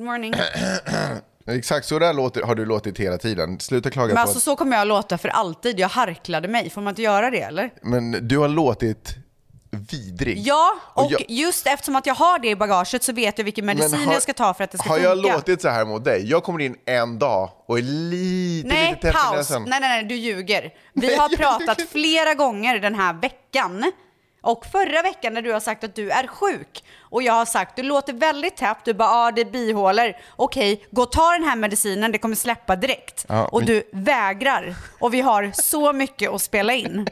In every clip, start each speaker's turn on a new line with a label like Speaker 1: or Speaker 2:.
Speaker 1: morning.
Speaker 2: Äh, Exakt så där låter, har du låtit hela tiden. Sluta klaga
Speaker 1: Men
Speaker 2: på
Speaker 1: alltså så kommer jag låta för alltid. Jag harklade mig. Får man inte göra det eller?
Speaker 2: att, Men du har låtit vidrig.
Speaker 1: Ja,
Speaker 2: Och
Speaker 1: och,
Speaker 2: jag-
Speaker 1: just eftersom att jag har det i bagaget så vet jag vilken
Speaker 2: Men
Speaker 1: medicin
Speaker 2: har-
Speaker 1: jag ska ta för att det ska
Speaker 2: Har
Speaker 1: funka.
Speaker 2: jag låtit så här mot dig? Jag kommer in en dag och är lite,
Speaker 1: Nej,
Speaker 2: lite täppt i
Speaker 1: paus.
Speaker 2: näsan.
Speaker 1: Nej, nej, nej, du ljuger. Vi
Speaker 2: Nej,
Speaker 1: har
Speaker 2: jag
Speaker 1: pratat
Speaker 2: ljuger.
Speaker 1: flera gånger den här veckan. Och förra veckan när du har sagt att du är sjuk och jag har sagt du låter väldigt täppt, du bara ah, det är bihålor. Okej, gå och ta den här medicinen, det kommer släppa direkt.
Speaker 2: Ja,
Speaker 1: och
Speaker 2: men-
Speaker 1: du vägrar. Och vi har så mycket att spela in.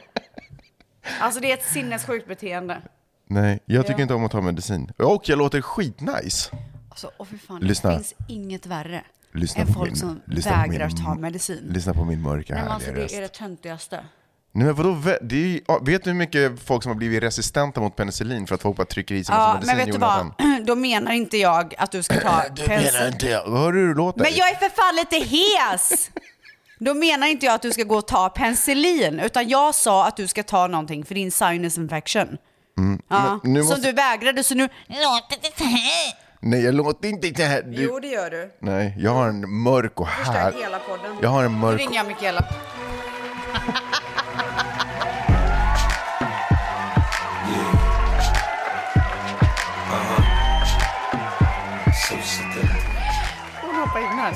Speaker 1: Alltså det är ett sinnessjukt beteende.
Speaker 2: Nej, jag tycker inte om att ta medicin. Och jag låter skitnice.
Speaker 1: Alltså, åh fy fan,
Speaker 2: Lyssna.
Speaker 1: det finns inget värre
Speaker 2: Lyssna
Speaker 1: än
Speaker 2: på
Speaker 1: folk
Speaker 2: min-
Speaker 1: som
Speaker 2: lyssna på
Speaker 1: vägrar
Speaker 2: min-
Speaker 1: ta medicin.
Speaker 2: Lyssna på min mörka
Speaker 1: Nej, men
Speaker 2: härliga
Speaker 1: alltså,
Speaker 2: röst.
Speaker 1: det är det töntigaste.
Speaker 2: Nej, men vadå, vä- det är ju, ja, vet du hur mycket folk som har blivit resistenta mot penicillin för att folk bara trycker i sig massa
Speaker 1: Ja,
Speaker 2: medicin?
Speaker 1: men vet du
Speaker 2: Jonathan?
Speaker 1: vad? Då menar inte jag att du ska ta penicillin.
Speaker 2: inte jag. Hör du hur du låter?
Speaker 1: Men jag är för fan lite hes! Då menar inte jag att du ska gå och ta penicillin, utan jag sa att du ska ta någonting för din sinus infection. ja,
Speaker 2: Mm. men nu
Speaker 1: Som
Speaker 2: måste-
Speaker 1: du vägrade, så nu...
Speaker 2: Nej, jag låter inte så här. Du...
Speaker 1: det gör du.
Speaker 2: Nej, jag har en mörk och här.
Speaker 1: podden.
Speaker 2: Jag har en
Speaker 1: Nu
Speaker 2: mörk...
Speaker 1: ringer jag Mikaela. Hon hoppar in här.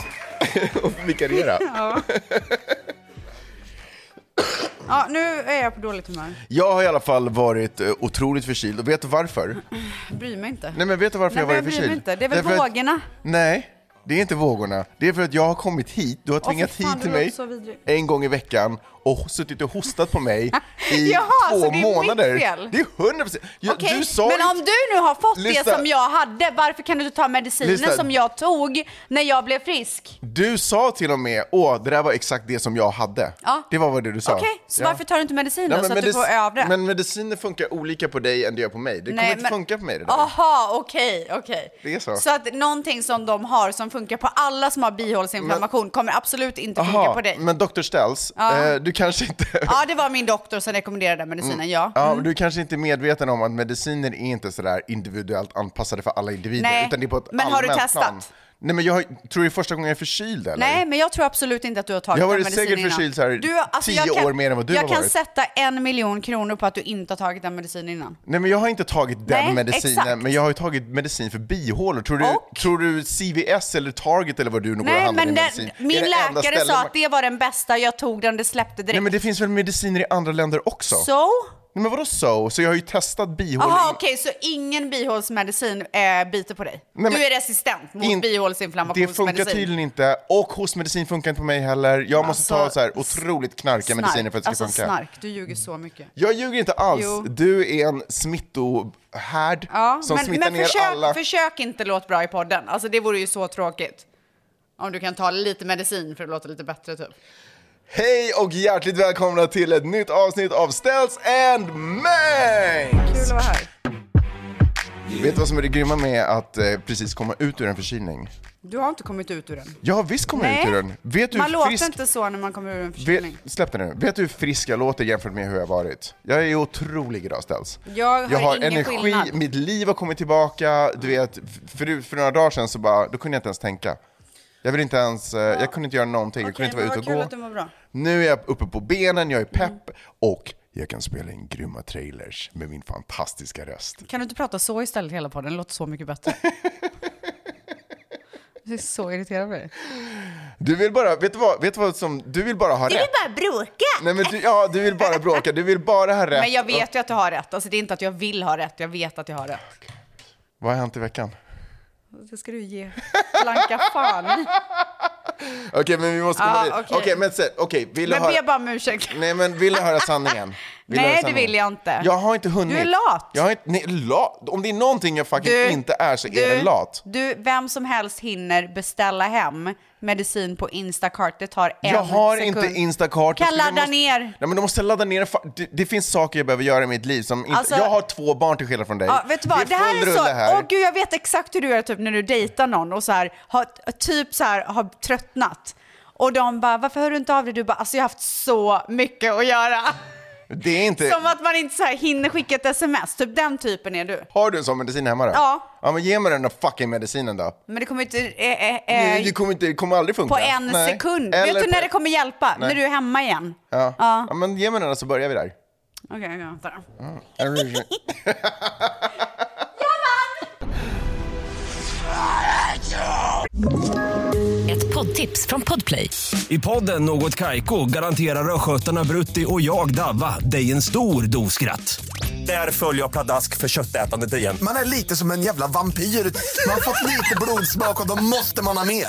Speaker 2: och vikariera.
Speaker 1: Ja, nu är jag på dåligt humör.
Speaker 2: Jag har i alla fall varit eh, otroligt förkyld och vet du varför?
Speaker 1: Bryr mig inte.
Speaker 2: Nej men vet du varför
Speaker 1: Nej,
Speaker 2: jag
Speaker 1: men
Speaker 2: har
Speaker 1: jag
Speaker 2: varit
Speaker 1: bryr mig
Speaker 2: förkyld?
Speaker 1: inte. Det är väl
Speaker 2: Därför att-
Speaker 1: vågorna?
Speaker 2: Nej, det är inte vågorna. Det är för att jag har kommit hit, du har
Speaker 1: Åh, fy
Speaker 2: tvingat
Speaker 1: fan,
Speaker 2: hit till
Speaker 1: du låter
Speaker 2: mig
Speaker 1: så vidrig.
Speaker 2: en gång i veckan och suttit och hostat på mig i
Speaker 1: Jaha,
Speaker 2: två
Speaker 1: så det är mitt
Speaker 2: månader.
Speaker 1: fel?
Speaker 2: Det är hundra procent.
Speaker 1: Okej,
Speaker 2: Du sa
Speaker 1: men
Speaker 2: ju-
Speaker 1: om du nu har fått
Speaker 2: Lyssna.
Speaker 1: det som jag hade, varför kan du inte ta medicinen
Speaker 2: Lyssna.
Speaker 1: som jag tog när jag blev frisk?
Speaker 2: Du sa till och med, åh, det där var exakt det som jag hade.
Speaker 1: Ja.
Speaker 2: Det var vad det du sa.
Speaker 1: Okej, så
Speaker 2: Ja.
Speaker 1: varför tar du inte medicin då,
Speaker 2: Nej, men
Speaker 1: så att du
Speaker 2: medic-
Speaker 1: får över det?
Speaker 2: Men mediciner funkar olika på dig än det gör på mig. Det kommer inte funka på mig det där.
Speaker 1: Aha, okej, okej.
Speaker 2: Det är så.
Speaker 1: Så att någonting som de har som funkar på alla som har bihåleinflammation kommer absolut inte funka
Speaker 2: Aha,
Speaker 1: på dig.
Speaker 2: men Dr. Stells, eh, du kanske inte...
Speaker 1: Ja, det var min doktor som rekommenderade den medicinen, ja.
Speaker 2: Ja, men du kanske inte är medveten om att mediciner är inte sådär individuellt anpassade för alla individer.
Speaker 1: Nej,
Speaker 2: utan det är på ett
Speaker 1: men har du
Speaker 2: allmänt
Speaker 1: testat?
Speaker 2: Plan. Nej, men jag har- tror det är första gången jag är förkyld eller?
Speaker 1: Nej, men jag tror absolut inte att du har tagit
Speaker 2: Jag har
Speaker 1: den
Speaker 2: varit
Speaker 1: medicinen
Speaker 2: säkert
Speaker 1: innan. alltså,
Speaker 2: förkyld så
Speaker 1: jag
Speaker 2: här tio
Speaker 1: kan-
Speaker 2: år mer än vad du
Speaker 1: Jag
Speaker 2: har
Speaker 1: kan
Speaker 2: varit.
Speaker 1: sätta en miljon kronor på att du inte har tagit den medicinen innan.
Speaker 2: Nej, men jag har inte tagit den
Speaker 1: Nej,
Speaker 2: medicinen,
Speaker 1: exakt.
Speaker 2: men jag har ju tagit medicin för bihålor. Tror du,
Speaker 1: Och?
Speaker 2: tror du CVS eller Target eller vad du nu går och
Speaker 1: Nej,
Speaker 2: handlar
Speaker 1: men
Speaker 2: din
Speaker 1: den,
Speaker 2: medicin?
Speaker 1: min
Speaker 2: är det enda
Speaker 1: läkare
Speaker 2: stället
Speaker 1: sa
Speaker 2: man-
Speaker 1: att det var den bästa, jag tog den, det släppte direkt.
Speaker 2: Nej, men det finns väl mediciner i andra länder också?
Speaker 1: Så?
Speaker 2: Nej, men vadå så? Så jag har ju testat bihålor.
Speaker 1: Jaha,
Speaker 2: in-
Speaker 1: okej, så ingen bihålsmedicin eh, biter på dig?
Speaker 2: Nej, men-
Speaker 1: du är resistent mot
Speaker 2: in- Det
Speaker 1: bihålsinflammationsmedicin?
Speaker 2: funkar tydligen inte, och hostmedicin funkar inte på mig heller. Jag måste
Speaker 1: Alltså,
Speaker 2: ta så här otroligt knarkiga
Speaker 1: Snark.
Speaker 2: mediciner för att det ska
Speaker 1: alltså,
Speaker 2: funka. Mm.
Speaker 1: snark, du ljuger så mycket.
Speaker 2: Jag ljuger inte alls.
Speaker 1: Jo.
Speaker 2: Du är en smittohärd
Speaker 1: Ja,
Speaker 2: som
Speaker 1: men
Speaker 2: smittar
Speaker 1: men
Speaker 2: ner
Speaker 1: försök,
Speaker 2: alla.
Speaker 1: försök inte låta bra i podden, alltså det vore ju så tråkigt. Om du kan ta lite medicin för att låta lite bättre typ.
Speaker 2: Hej och hjärtligt välkomna till ett nytt avsnitt av Ställs and Mangs!
Speaker 1: Kul att vara här.
Speaker 2: Vet du vad som är det grymma med att eh, precis komma ut ur en förkylning?
Speaker 1: Du har inte kommit ut ur den.
Speaker 2: Jag har visst kommit ut ur den. Vet du
Speaker 1: man
Speaker 2: hur
Speaker 1: låter
Speaker 2: frisk...
Speaker 1: inte så när man kommer ur en förkylning.
Speaker 2: Vet, släpp den nu. Vet du hur frisk jag låter jämfört med hur jag har varit? Jag är otrolig idag Ställs.
Speaker 1: Jag hör
Speaker 2: jag har
Speaker 1: ingen
Speaker 2: energi,
Speaker 1: skillnad.
Speaker 2: mitt liv har kommit tillbaka. Du vet, f- för, för några dagar sedan så bara, då kunde jag inte ens tänka. Jag vill inte ens, eh, jag kunde inte göra någonting, jag kunde inte vara
Speaker 1: vad
Speaker 2: ute
Speaker 1: kul
Speaker 2: och
Speaker 1: att du Mm.
Speaker 2: gå.
Speaker 1: mår bra.
Speaker 2: Nu är jag uppe på benen, jag är pepp och jag kan spela in grymma trailers med min fantastiska röst.
Speaker 1: Kan du inte prata så istället hela podden? Det låter så mycket bättre. Det är så irriterad på dig.
Speaker 2: Du vill bara, vet du vad, vet du vad som, du vill bara ha rätt.
Speaker 1: bara bråka!
Speaker 2: Nej men du, ja, du vill bara bråka, du vill bara ha rätt.
Speaker 1: Men jag
Speaker 2: Och-
Speaker 1: vet ju att du har rätt. Alltså det är inte att jag vill ha rätt, jag vet att jag har rätt.
Speaker 2: Vad har hänt i veckan?
Speaker 1: Det ska du ge blanka fan
Speaker 2: Okej men vi måste komma
Speaker 1: Ja,
Speaker 2: dit. Okej
Speaker 1: Ah, okej.
Speaker 2: men se, okej, vill du
Speaker 1: Men be
Speaker 2: höra?
Speaker 1: bara om ursäkt.
Speaker 2: Nej men vill du höra sanningen? Vill du
Speaker 1: Nej,
Speaker 2: höra
Speaker 1: det
Speaker 2: sanningen?
Speaker 1: vill jag inte.
Speaker 2: Jag har inte hunnit.
Speaker 1: Du är lat.
Speaker 2: Jag har inte, nej, lat. Om det är någonting jag fucking inte är så är det lat.
Speaker 1: Du, vem som helst hinner beställa hem medicin på Instacart. Det tar en
Speaker 2: Jag har
Speaker 1: sekund.
Speaker 2: inte Instacart.
Speaker 1: Kan
Speaker 2: Jag skulle- jag
Speaker 1: ladda
Speaker 2: måste-
Speaker 1: ner.
Speaker 2: Nej men då måste jag ladda ner. fa- Det, det finns saker jag behöver göra i mitt liv som inte...
Speaker 1: Alltså-
Speaker 2: Jag har två barn till skillnad från dig.
Speaker 1: Ja, vet du vad? Det, här
Speaker 2: full
Speaker 1: är så...
Speaker 2: rulle här.
Speaker 1: Åh gud, jag vet exakt hur du gör typ när du dejtar någon och så här, har, typ så här, har tröttnat. Och de bara, varför hör du inte av dig? Du bara, alltså jag har haft så mycket att göra.
Speaker 2: Det är inte...
Speaker 1: Som att man inte så här hinner skicka ett sms, typ den typen är du.
Speaker 2: Har du en sån medicin hemma då?
Speaker 1: Ja.
Speaker 2: Ja men ge mig den där fucking medicinen då.
Speaker 1: Men det kommer inte... Eh, eh,
Speaker 2: Det,
Speaker 1: eh,
Speaker 2: det kommer, inte, det kommer aldrig funka.
Speaker 1: på en
Speaker 2: Nej.
Speaker 1: sekund.
Speaker 2: Eller
Speaker 1: Vet du
Speaker 2: på-
Speaker 1: när det kommer hjälpa?
Speaker 2: Nej.
Speaker 1: När du är hemma igen.
Speaker 2: Ja. Ja. men ge mig den där så börjar vi där.
Speaker 1: Okej, okay, jag väntar.
Speaker 3: Ett poddtips från Podplay.
Speaker 4: I podden Något Kaiko garanterar östgötarna Brutti och jag, Davva, dig en stor dos skratt. Där följer jag pladask för köttätandet igen.
Speaker 5: Man är lite som en jävla vampyr. Man har fått lite blodsmak och då måste man ha mer.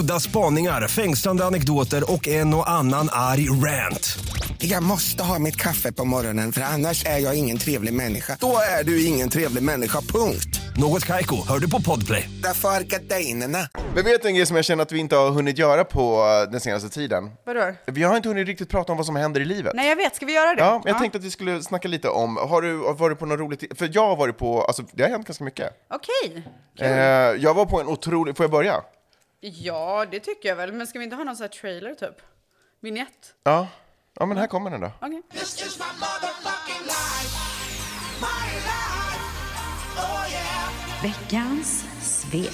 Speaker 4: Udda spaningar, fängslande anekdoter och en och annan arg rant.
Speaker 6: Jag måste ha mitt kaffe på morgonen för annars är jag ingen trevlig människa.
Speaker 5: Då är du ingen trevlig människa, punkt.
Speaker 4: Något Kaiko, hör du på Podplay.
Speaker 6: Därför arkadeinerna.
Speaker 2: Men vet du en grej som jag känner att vi inte har hunnit göra på eh, den senaste tiden?
Speaker 1: Vadå?
Speaker 2: Vi har inte hunnit riktigt prata om vad som händer i livet.
Speaker 1: Nej, jag vet. Ska vi göra det?
Speaker 2: Ja, men jag tänkte att vi skulle snacka lite om, har du har varit på något roligt? För jag har varit på, alltså det har hänt ganska mycket.
Speaker 1: Okej.
Speaker 2: Eh, jag var på en otrolig, får jag börja?
Speaker 1: Ja, det tycker jag väl. Men ska vi inte ha någon sån här trailer typ? Vignett?
Speaker 2: Ja. Ja men här kommer den då.
Speaker 1: Okej. Veckans svep.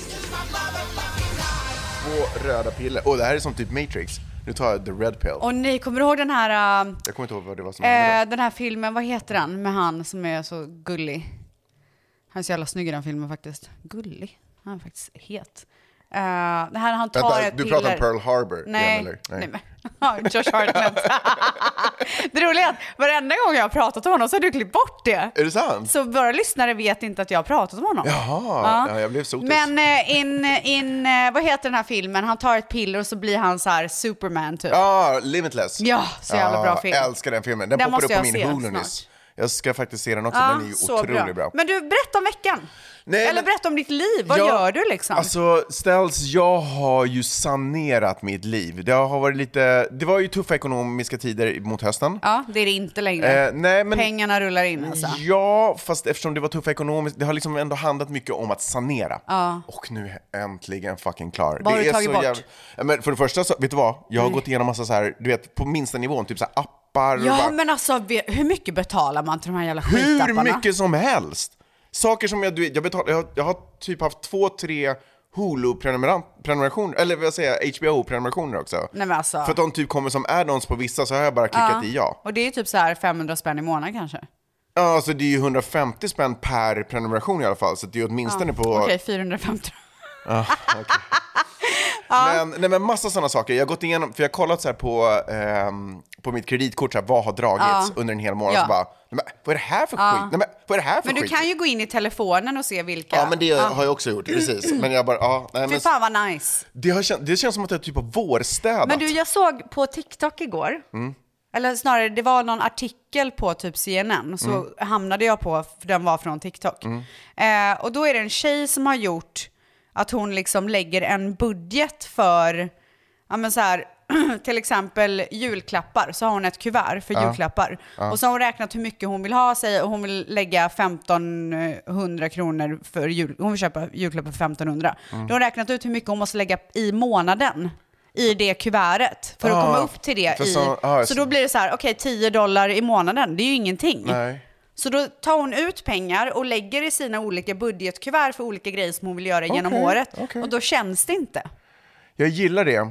Speaker 2: Två röda piller. Och det här är som typ Matrix. Nu tar jag the red pill.
Speaker 1: Och ni kommer du ihåg den här, äh,
Speaker 2: Jag kommer inte ihåg vad det var som hände.
Speaker 1: eh, den här filmen, vad heter den? Med han som är så gullig. Han är så jävla snygg i den filmen faktiskt. Gullig? Han är faktiskt het. Eh, det här han tar
Speaker 2: då. Vänta,
Speaker 1: ett
Speaker 2: du
Speaker 1: piller.
Speaker 2: pratar om Pearl Harbor
Speaker 1: Nej.
Speaker 2: igen eller?
Speaker 1: Nej. men- Ja, Josh Hartnett. det roliga är att varenda gång jag har pratat om honom så har du klippt bort det.
Speaker 2: Är det sant?
Speaker 1: Så våra lyssnare vet inte att jag har pratat om honom.
Speaker 2: Jaha, ja, jag blev sotis.
Speaker 1: Men eh, in, in, eh, vad heter den här filmen? Han tar ett piller och så blir han så här Superman typ.
Speaker 2: Ja, Limitless.
Speaker 1: Ja, så jävla
Speaker 2: Ja,
Speaker 1: bra film.
Speaker 2: Jag älskar den filmen. Den,
Speaker 1: Den
Speaker 2: poppar upp
Speaker 1: måste
Speaker 2: på
Speaker 1: jag
Speaker 2: min
Speaker 1: se
Speaker 2: Hulu nyss.
Speaker 1: snart.
Speaker 2: Jag ska faktiskt se den också, den är ju
Speaker 1: så
Speaker 2: otroligt bra.
Speaker 1: Men du, berätta om veckan.
Speaker 2: Nej,
Speaker 1: Eller
Speaker 2: men-
Speaker 1: berätta om ditt liv. Vad
Speaker 2: Ja,
Speaker 1: gör du liksom?
Speaker 2: Alltså, ställs, jag har ju sanerat mitt liv. Det har varit lite, det var ju tuffa ekonomiska tider mot hösten.
Speaker 1: ja, det är det inte längre.
Speaker 2: Eh, nej, men-
Speaker 1: Pengarna rullar in alltså.
Speaker 2: Ja, fast eftersom det var tuffa ekonomiskt, det har liksom ändå handlat mycket om att sanera. Och nu är jag äntligen fucking klar.
Speaker 1: Vad har
Speaker 2: det
Speaker 1: du
Speaker 2: är
Speaker 1: tagit
Speaker 2: så
Speaker 1: bort? Mm.
Speaker 2: jävla- Ja, men för det första, så, vet du vad? Jag har gått igenom massa så här, du vet, på minsta nivån, typ så här appar och
Speaker 1: Ja,
Speaker 2: bara,
Speaker 1: men alltså ve- hur mycket betalar man till de här jävla
Speaker 2: hur
Speaker 1: skitapparna?
Speaker 2: mycket som helst. Saker som jag, du vet, jag, betal, jag, har- jag har typ haft två, tre Hulu-prenumerationer, eller vad säger jag, HBO-prenumerationer också.
Speaker 1: Nej, men alltså.
Speaker 2: För att de typ kommer som add-ons på vissa så har jag bara klickat i ja.
Speaker 1: Och det är ju typ så här 500 spänn i månaden kanske.
Speaker 2: Ja, alltså det är ju 150 spänn per prenumeration i alla fall, så det är ju åtminstone på...
Speaker 1: Okej, 450.
Speaker 2: Men, nej, men massa sådana saker. Jag har gått igenom, för jag har kollat så här på, ehm, på mitt kreditkort, så här, vad har dragits under en hel månad?
Speaker 1: Ja.
Speaker 2: Så bara, nej, men, vad är det här för skit? Nej, men, vad är det här för
Speaker 1: Men du
Speaker 2: skit?
Speaker 1: kan ju gå in i telefonen och se vilka.
Speaker 2: Ja, men det har jag också gjort, precis. Men jag bara, ja, nej,
Speaker 1: Fy
Speaker 2: men,
Speaker 1: fan vad nice.
Speaker 2: det, har kän, det känns som att jag typ har vårstädat.
Speaker 1: Men du, jag såg på TikTok igår, eller snarare det var någon artikel på typ CNN, och så
Speaker 2: Mm.
Speaker 1: hamnade jag på, för den var från TikTok. Eh, och då är det en tjej som har gjort att hon liksom lägger en budget för, ja men så här, till exempel julklappar, så har hon ett kuvert för julklappar. Och så har hon räknat hur mycket hon vill ha sig och hon vill lägga 1500 kronor för jul, hon vill köpa julklappar för 1500.
Speaker 2: Mm.
Speaker 1: Då har hon räknat ut hur mycket hon måste lägga i månaden i det kuvertet för att
Speaker 2: Ah,
Speaker 1: komma upp till det.
Speaker 2: för
Speaker 1: I,
Speaker 2: så- ah,
Speaker 1: så
Speaker 2: så-
Speaker 1: då blir det så här, okej 10 dollar i månaden, det är ju ingenting.
Speaker 2: Nej.
Speaker 1: Så då tar hon ut pengar och lägger i sina olika budgetkuvert för olika grejer som hon vill göra genom
Speaker 2: Okej,
Speaker 1: året.
Speaker 2: okej.
Speaker 1: Och då känns det inte.
Speaker 2: Jag gillar det.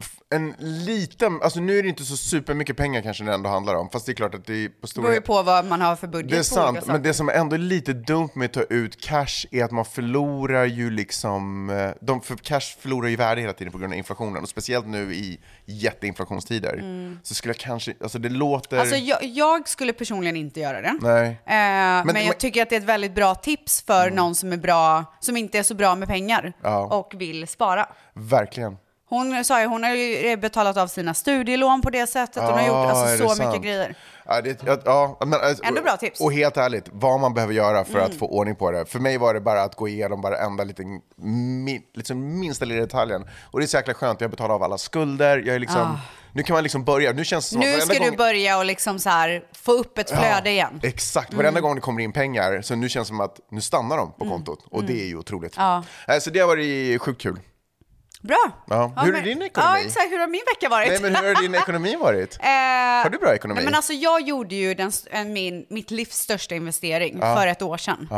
Speaker 2: F- En liten, alltså nu är det inte så supermycket pengar kanske det ändå handlar om, fast det är klart att det är på
Speaker 1: Det
Speaker 2: stora...
Speaker 1: beror ju på vad man har för budget.
Speaker 2: Det är
Speaker 1: på olika
Speaker 2: sant,
Speaker 1: saker.
Speaker 2: men det som ändå är lite dumt med att ta ut cash är att man förlorar ju liksom, eh, de, för cash förlorar ju värde hela tiden på grund av inflationen och speciellt nu i jätteinflationstider. Så skulle jag kanske, alltså det låter...
Speaker 1: Mm. Alltså jag, jag skulle personligen inte göra det.
Speaker 2: Nej.
Speaker 1: Eh, men,
Speaker 2: Men- Mm.
Speaker 1: jag tycker att det är ett väldigt bra tips för någon som är bra, som inte är så bra med pengar
Speaker 2: Ja.
Speaker 1: och vill spara.
Speaker 2: Verkligen.
Speaker 1: Hon sa ju, hon har ju betalat av sina studielån på det sättet. Hon har gjort
Speaker 2: Ah,
Speaker 1: alltså,
Speaker 2: är
Speaker 1: så
Speaker 2: det
Speaker 1: mycket
Speaker 2: sant?
Speaker 1: grejer.
Speaker 2: Ja, det, ja, ja, men, alltså,
Speaker 1: Ändå bra tips. Mm.
Speaker 2: Och, och helt ärligt, vad man behöver göra för att få ordning på det. För mig var det bara att gå igenom varenda liten, min, liksom minsta lilla detaljen. Och det är så jäkla skönt, jag betalar av alla skulder, jag är liksom, nu kan man liksom börja. Nu känns det som att
Speaker 1: Ah. Nu
Speaker 2: varenda
Speaker 1: ska
Speaker 2: gång...
Speaker 1: du börja och liksom så här, få upp ett flöde igen. Mm.
Speaker 2: Exakt, varenda gång det kommer in pengar, så nu
Speaker 1: Mm.
Speaker 2: Äh, känns det som att nu stannar de på kontot. Och det är ju otroligt. Ja. Så det har varit sjukt kul.
Speaker 1: Bra.
Speaker 2: Ja, hur är
Speaker 1: men-
Speaker 2: din ekonomi?
Speaker 1: Ja, exakt. Hur har min vecka varit?
Speaker 2: Nej, men hur har din ekonomi varit?
Speaker 1: Eh,
Speaker 2: Har du bra ekonomi?
Speaker 1: Nej, men alltså, jag gjorde ju den, st- en- min, mitt livs största investering för ett år sedan.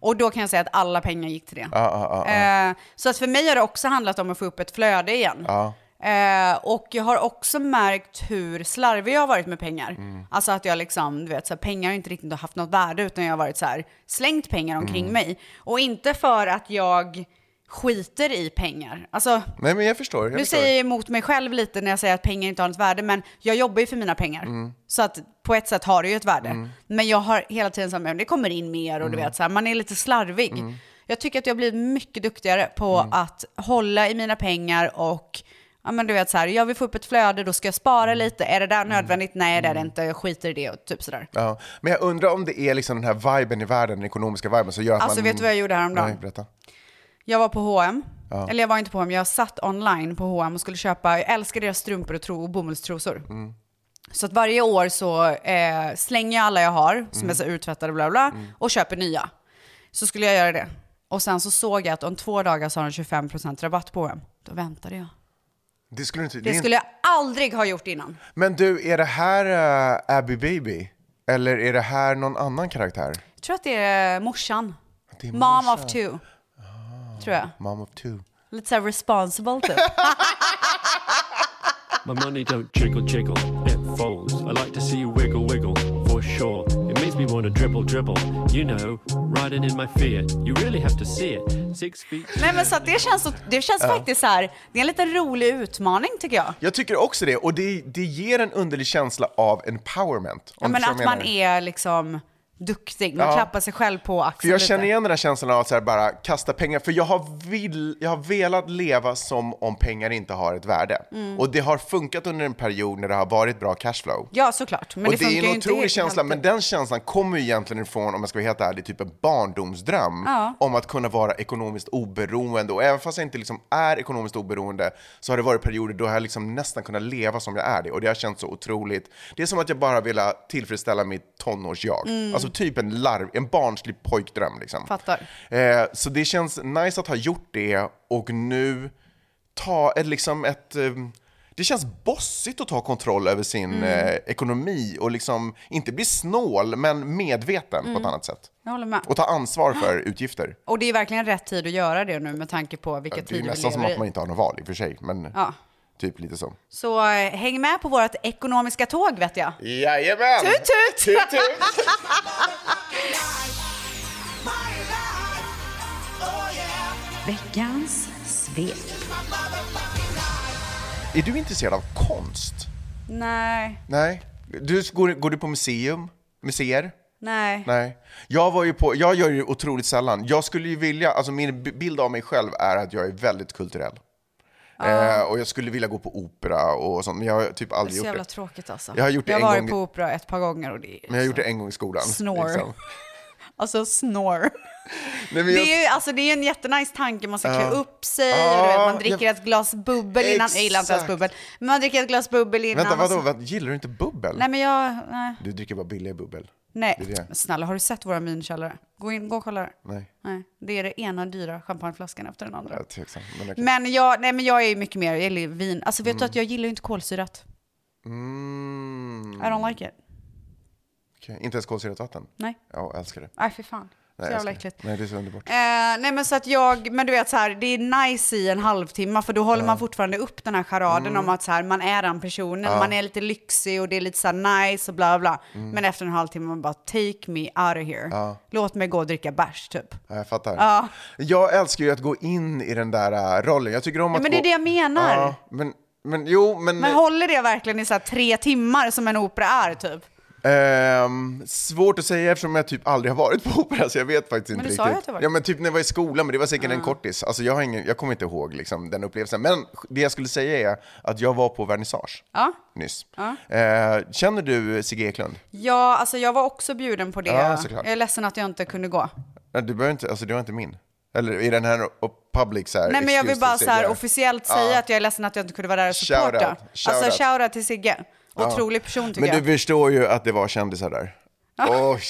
Speaker 1: Och då kan jag säga att alla pengar gick till det. Eh, så att för mig har det också handlat om att få upp ett flöde igen. Eh, och jag har också märkt hur slarvig jag har varit med pengar.
Speaker 2: Mm.
Speaker 1: Alltså att jag liksom, du vet, så här, pengar har inte riktigt haft något värde utan jag har varit så här, slängt pengar omkring
Speaker 2: Mm.
Speaker 1: mig. Och inte för att jag skiter i pengar. Alltså,
Speaker 2: Nej, men jag förstår. Jag
Speaker 1: nu
Speaker 2: förstår.
Speaker 1: säger jag emot mig själv lite när jag säger att pengar inte har något värde, men jag jobbar ju för mina pengar.
Speaker 2: Mm.
Speaker 1: Så att på ett sätt har det ju ett värde. Men jag har hela tiden sagt att det kommer in mer och
Speaker 2: Mm.
Speaker 1: du vet, så här, man är lite slarvig. Jag tycker att jag har blivit mycket duktigare på
Speaker 2: Mm.
Speaker 1: att hålla i mina pengar och Ja men du vet så här, jag vill få upp ett flöde, då ska jag spara
Speaker 2: Mm.
Speaker 1: lite. Är det där nödvändigt? Nej det är det inte, jag skiter i det och typ sådär.
Speaker 2: Ja. Men jag undrar om det är liksom den här viben i världen, den ekonomiska viben, som gör att
Speaker 1: Alltså
Speaker 2: man...
Speaker 1: vet du vad jag gjorde häromdagen?
Speaker 2: Nej, berätta.
Speaker 1: Jag var på H&M eller jag var inte på H&M jag satt online på H&M och skulle köpa, jag älskar deras strumpor och, tro, och bomullstrosor.
Speaker 2: Mm.
Speaker 1: Så att varje år så eh, slänger jag alla jag har, som
Speaker 2: Mm.
Speaker 1: är så urtvättade bla bla, och köper nya. Så skulle jag göra det. Och sen så såg jag att om två dagar så har de 25% rabatt på H&M Då väntade jag.
Speaker 2: Det skulle du inte...
Speaker 1: Det
Speaker 2: är
Speaker 1: skulle jag aldrig ha gjort innan.
Speaker 2: Men du, är det här eh, Abby Baby? Eller är det här någon annan karaktär?
Speaker 1: Jag tror att det är morsan.
Speaker 2: Det är
Speaker 1: Mom
Speaker 2: morsan. Ah.
Speaker 1: of two. Tror jag.
Speaker 2: Mom of two.
Speaker 1: Lite såhär responsible typ.
Speaker 3: My money don't jiggle jiggle, it folds. I like to see you wiggle wiggle, for sure. It makes me want to dribble dribble. You know, riding in my Fiat. You really have to see it. Six feet.
Speaker 1: Nej men så att det känns, det känns faktiskt så här, det är en liten rolig utmaning tycker jag.
Speaker 2: Jag tycker också det, och det, det ger en underlig känsla av empowerment.
Speaker 1: Ja,
Speaker 2: om du
Speaker 1: men
Speaker 2: förstår
Speaker 1: att
Speaker 2: vad jag
Speaker 1: man
Speaker 2: menar.
Speaker 1: är liksom duktig, man
Speaker 2: Ja.
Speaker 1: klappar sig själv på axeln
Speaker 2: För jag
Speaker 1: lite.
Speaker 2: känner igen den här känslan av att så här bara kasta pengar, för jag har, vill, jag har velat leva som om pengar inte har ett värde.
Speaker 1: Mm.
Speaker 2: Och det har funkat under en period när det har varit bra cashflow.
Speaker 1: Ja såklart, men
Speaker 2: och
Speaker 1: det,
Speaker 2: det,
Speaker 1: funkar
Speaker 2: är
Speaker 1: ju
Speaker 2: en
Speaker 1: inte
Speaker 2: otrolig
Speaker 1: helt-
Speaker 2: känsla, men den känslan kommer ju egentligen ifrån, om jag ska vara helt ärlig, typ en barndomsdröm
Speaker 1: Ja.
Speaker 2: om att kunna vara ekonomiskt oberoende. Och även fast jag inte liksom är ekonomiskt oberoende så har det varit perioder då jag har liksom nästan kunnat leva som jag är det. Och det har känts så otroligt. Det är som att jag bara vill tillfredsställa mitt tonårsjag. Alltså typ en, larv, en barnslig pojkdröm. Liksom.
Speaker 1: Mm. Fattar.
Speaker 2: Eh, så det känns nice att ha gjort det och nu ta ett, liksom ett... eh, Det känns bossigt att ta kontroll över sin
Speaker 1: Mm.
Speaker 2: eh, ekonomi och liksom inte bli snål men medveten på ett annat sätt.
Speaker 1: Mm. Jag håller med.
Speaker 2: Och ta ansvar för utgifter.
Speaker 1: Och det är verkligen rätt tid att göra det nu med tanke på vilka
Speaker 2: Det är
Speaker 1: tider vi
Speaker 2: nästan som att
Speaker 1: lever
Speaker 2: man
Speaker 1: i.
Speaker 2: inte har något val i och för sig, men
Speaker 1: Ja.
Speaker 2: typ lite så.
Speaker 1: Så eh, häng med på vårt ekonomiska tåg vet jag.
Speaker 2: Jajamän!
Speaker 1: Tut tut!
Speaker 2: tut, tut.
Speaker 1: Veckans svep.
Speaker 2: Är du intresserad av konst?
Speaker 1: Nej,
Speaker 2: Nej. Du, går, går du på museum? Museer?
Speaker 1: nej.
Speaker 2: Nej. Jag, var ju på, jag gör ju otroligt sällan. Jag skulle ju vilja, alltså min b- bild av mig själv är att jag är väldigt kulturell. Eh, och jag skulle vilja gå på opera och sånt, men jag har typ
Speaker 1: Det är
Speaker 2: aldrig
Speaker 1: så
Speaker 2: gjort
Speaker 1: jävla
Speaker 2: det.
Speaker 1: tråkigt alltså.
Speaker 2: Jag har gjort det
Speaker 1: jag
Speaker 2: en
Speaker 1: har varit
Speaker 2: gång i-
Speaker 1: på opera ett par gånger och det är...
Speaker 2: Men jag har gjort det en gång i skolan.
Speaker 1: Snore.
Speaker 2: liksom.
Speaker 1: Alltså snore.
Speaker 2: Nej, men jag,
Speaker 1: Det är ju alltså, det är en jättenice tanke, man ska klä upp sig,
Speaker 2: Ja,
Speaker 1: du vet, man dricker
Speaker 2: jag-
Speaker 1: ett glas bubbel innan, jag gillar inte ens
Speaker 2: Exakt.
Speaker 1: bubbel, men man dricker ett glas bubbel innan.
Speaker 2: vänta,
Speaker 1: och
Speaker 2: vadå,
Speaker 1: så-
Speaker 2: vad, gillar du inte bubbel?
Speaker 1: Nej men jag, nej.
Speaker 2: Du dricker bara billig bubbel. Det
Speaker 1: nej.
Speaker 2: är det.
Speaker 1: Snälla har du sett våra vinkällare? Gå in, gå och kolla där.
Speaker 2: Nej.
Speaker 1: Nej, det är det ena dyra champagneflaskan efter den andra.
Speaker 2: Jag är tveksam. Men okej.
Speaker 1: Men jag, nej men jag är ju mycket mer, jag gillar ju vin, alltså vet du att jag gillar ju inte kolsyrat.
Speaker 2: Mm,
Speaker 1: I don't like it.
Speaker 2: okej. Inte ens kolsyrat vatten?
Speaker 1: Nej,
Speaker 2: Ja, jag älskar det.
Speaker 1: nej fy fan. Så
Speaker 2: Nej, jag
Speaker 1: jävla
Speaker 2: älskar det.
Speaker 1: äckligt.
Speaker 2: Nej, det är så underbart.
Speaker 1: Eh, nej men så att jag, men du vet så här, det är nice i en halvtimme för då håller man fortfarande upp den här charaden
Speaker 2: Mm.
Speaker 1: om att så här, man är den personen, man är lite lyxig och det är lite så här nice och bla bla.
Speaker 2: Mm.
Speaker 1: Men efter en halvtimme man bara take me out of here. Låt mig gå och dricka bärs typ.
Speaker 2: Ja, jag fattar. Jag älskar ju att gå in i den där äh, rollen. Jag tycker om att
Speaker 1: men det är
Speaker 2: gå...
Speaker 1: det jag menar.
Speaker 2: Ja, men, men jo, men...
Speaker 1: Men håller det verkligen i så här tre timmar som en opera är typ?
Speaker 2: Ehm, svårt att säga eftersom jag typ aldrig har varit på opera, så jag vet faktiskt inte
Speaker 1: du
Speaker 2: riktigt.
Speaker 1: sa ju att du har varit.
Speaker 2: Ja, men typ när jag var i skolan, men det var säkert en kortis. Alltså, jag, har ingen, jag kommer inte ihåg liksom, den upplevelsen. Men det jag skulle säga är att jag var på vernissage
Speaker 1: Ja.
Speaker 2: nyss. Eh, känner du Sigge Eklund?
Speaker 1: Ja, alltså jag var också bjuden på det.
Speaker 2: Ja, såklart.
Speaker 1: jag är ledsen att jag inte kunde gå.
Speaker 2: Nej, Du behöver inte, alltså det var inte min. Eller i den här op- public så här,
Speaker 1: Nej men jag
Speaker 2: excuse
Speaker 1: vill bara
Speaker 2: till
Speaker 1: så här
Speaker 2: Sigge.
Speaker 1: officiellt säga att jag är ledsen att jag inte kunde vara där och
Speaker 2: Shout
Speaker 1: supporta.
Speaker 2: out, shout
Speaker 1: alltså
Speaker 2: out.
Speaker 1: shoutout till Sigge. Otrolig person tycker
Speaker 2: Men
Speaker 1: jag.
Speaker 2: du förstår ju att det var kändisar där. Oj.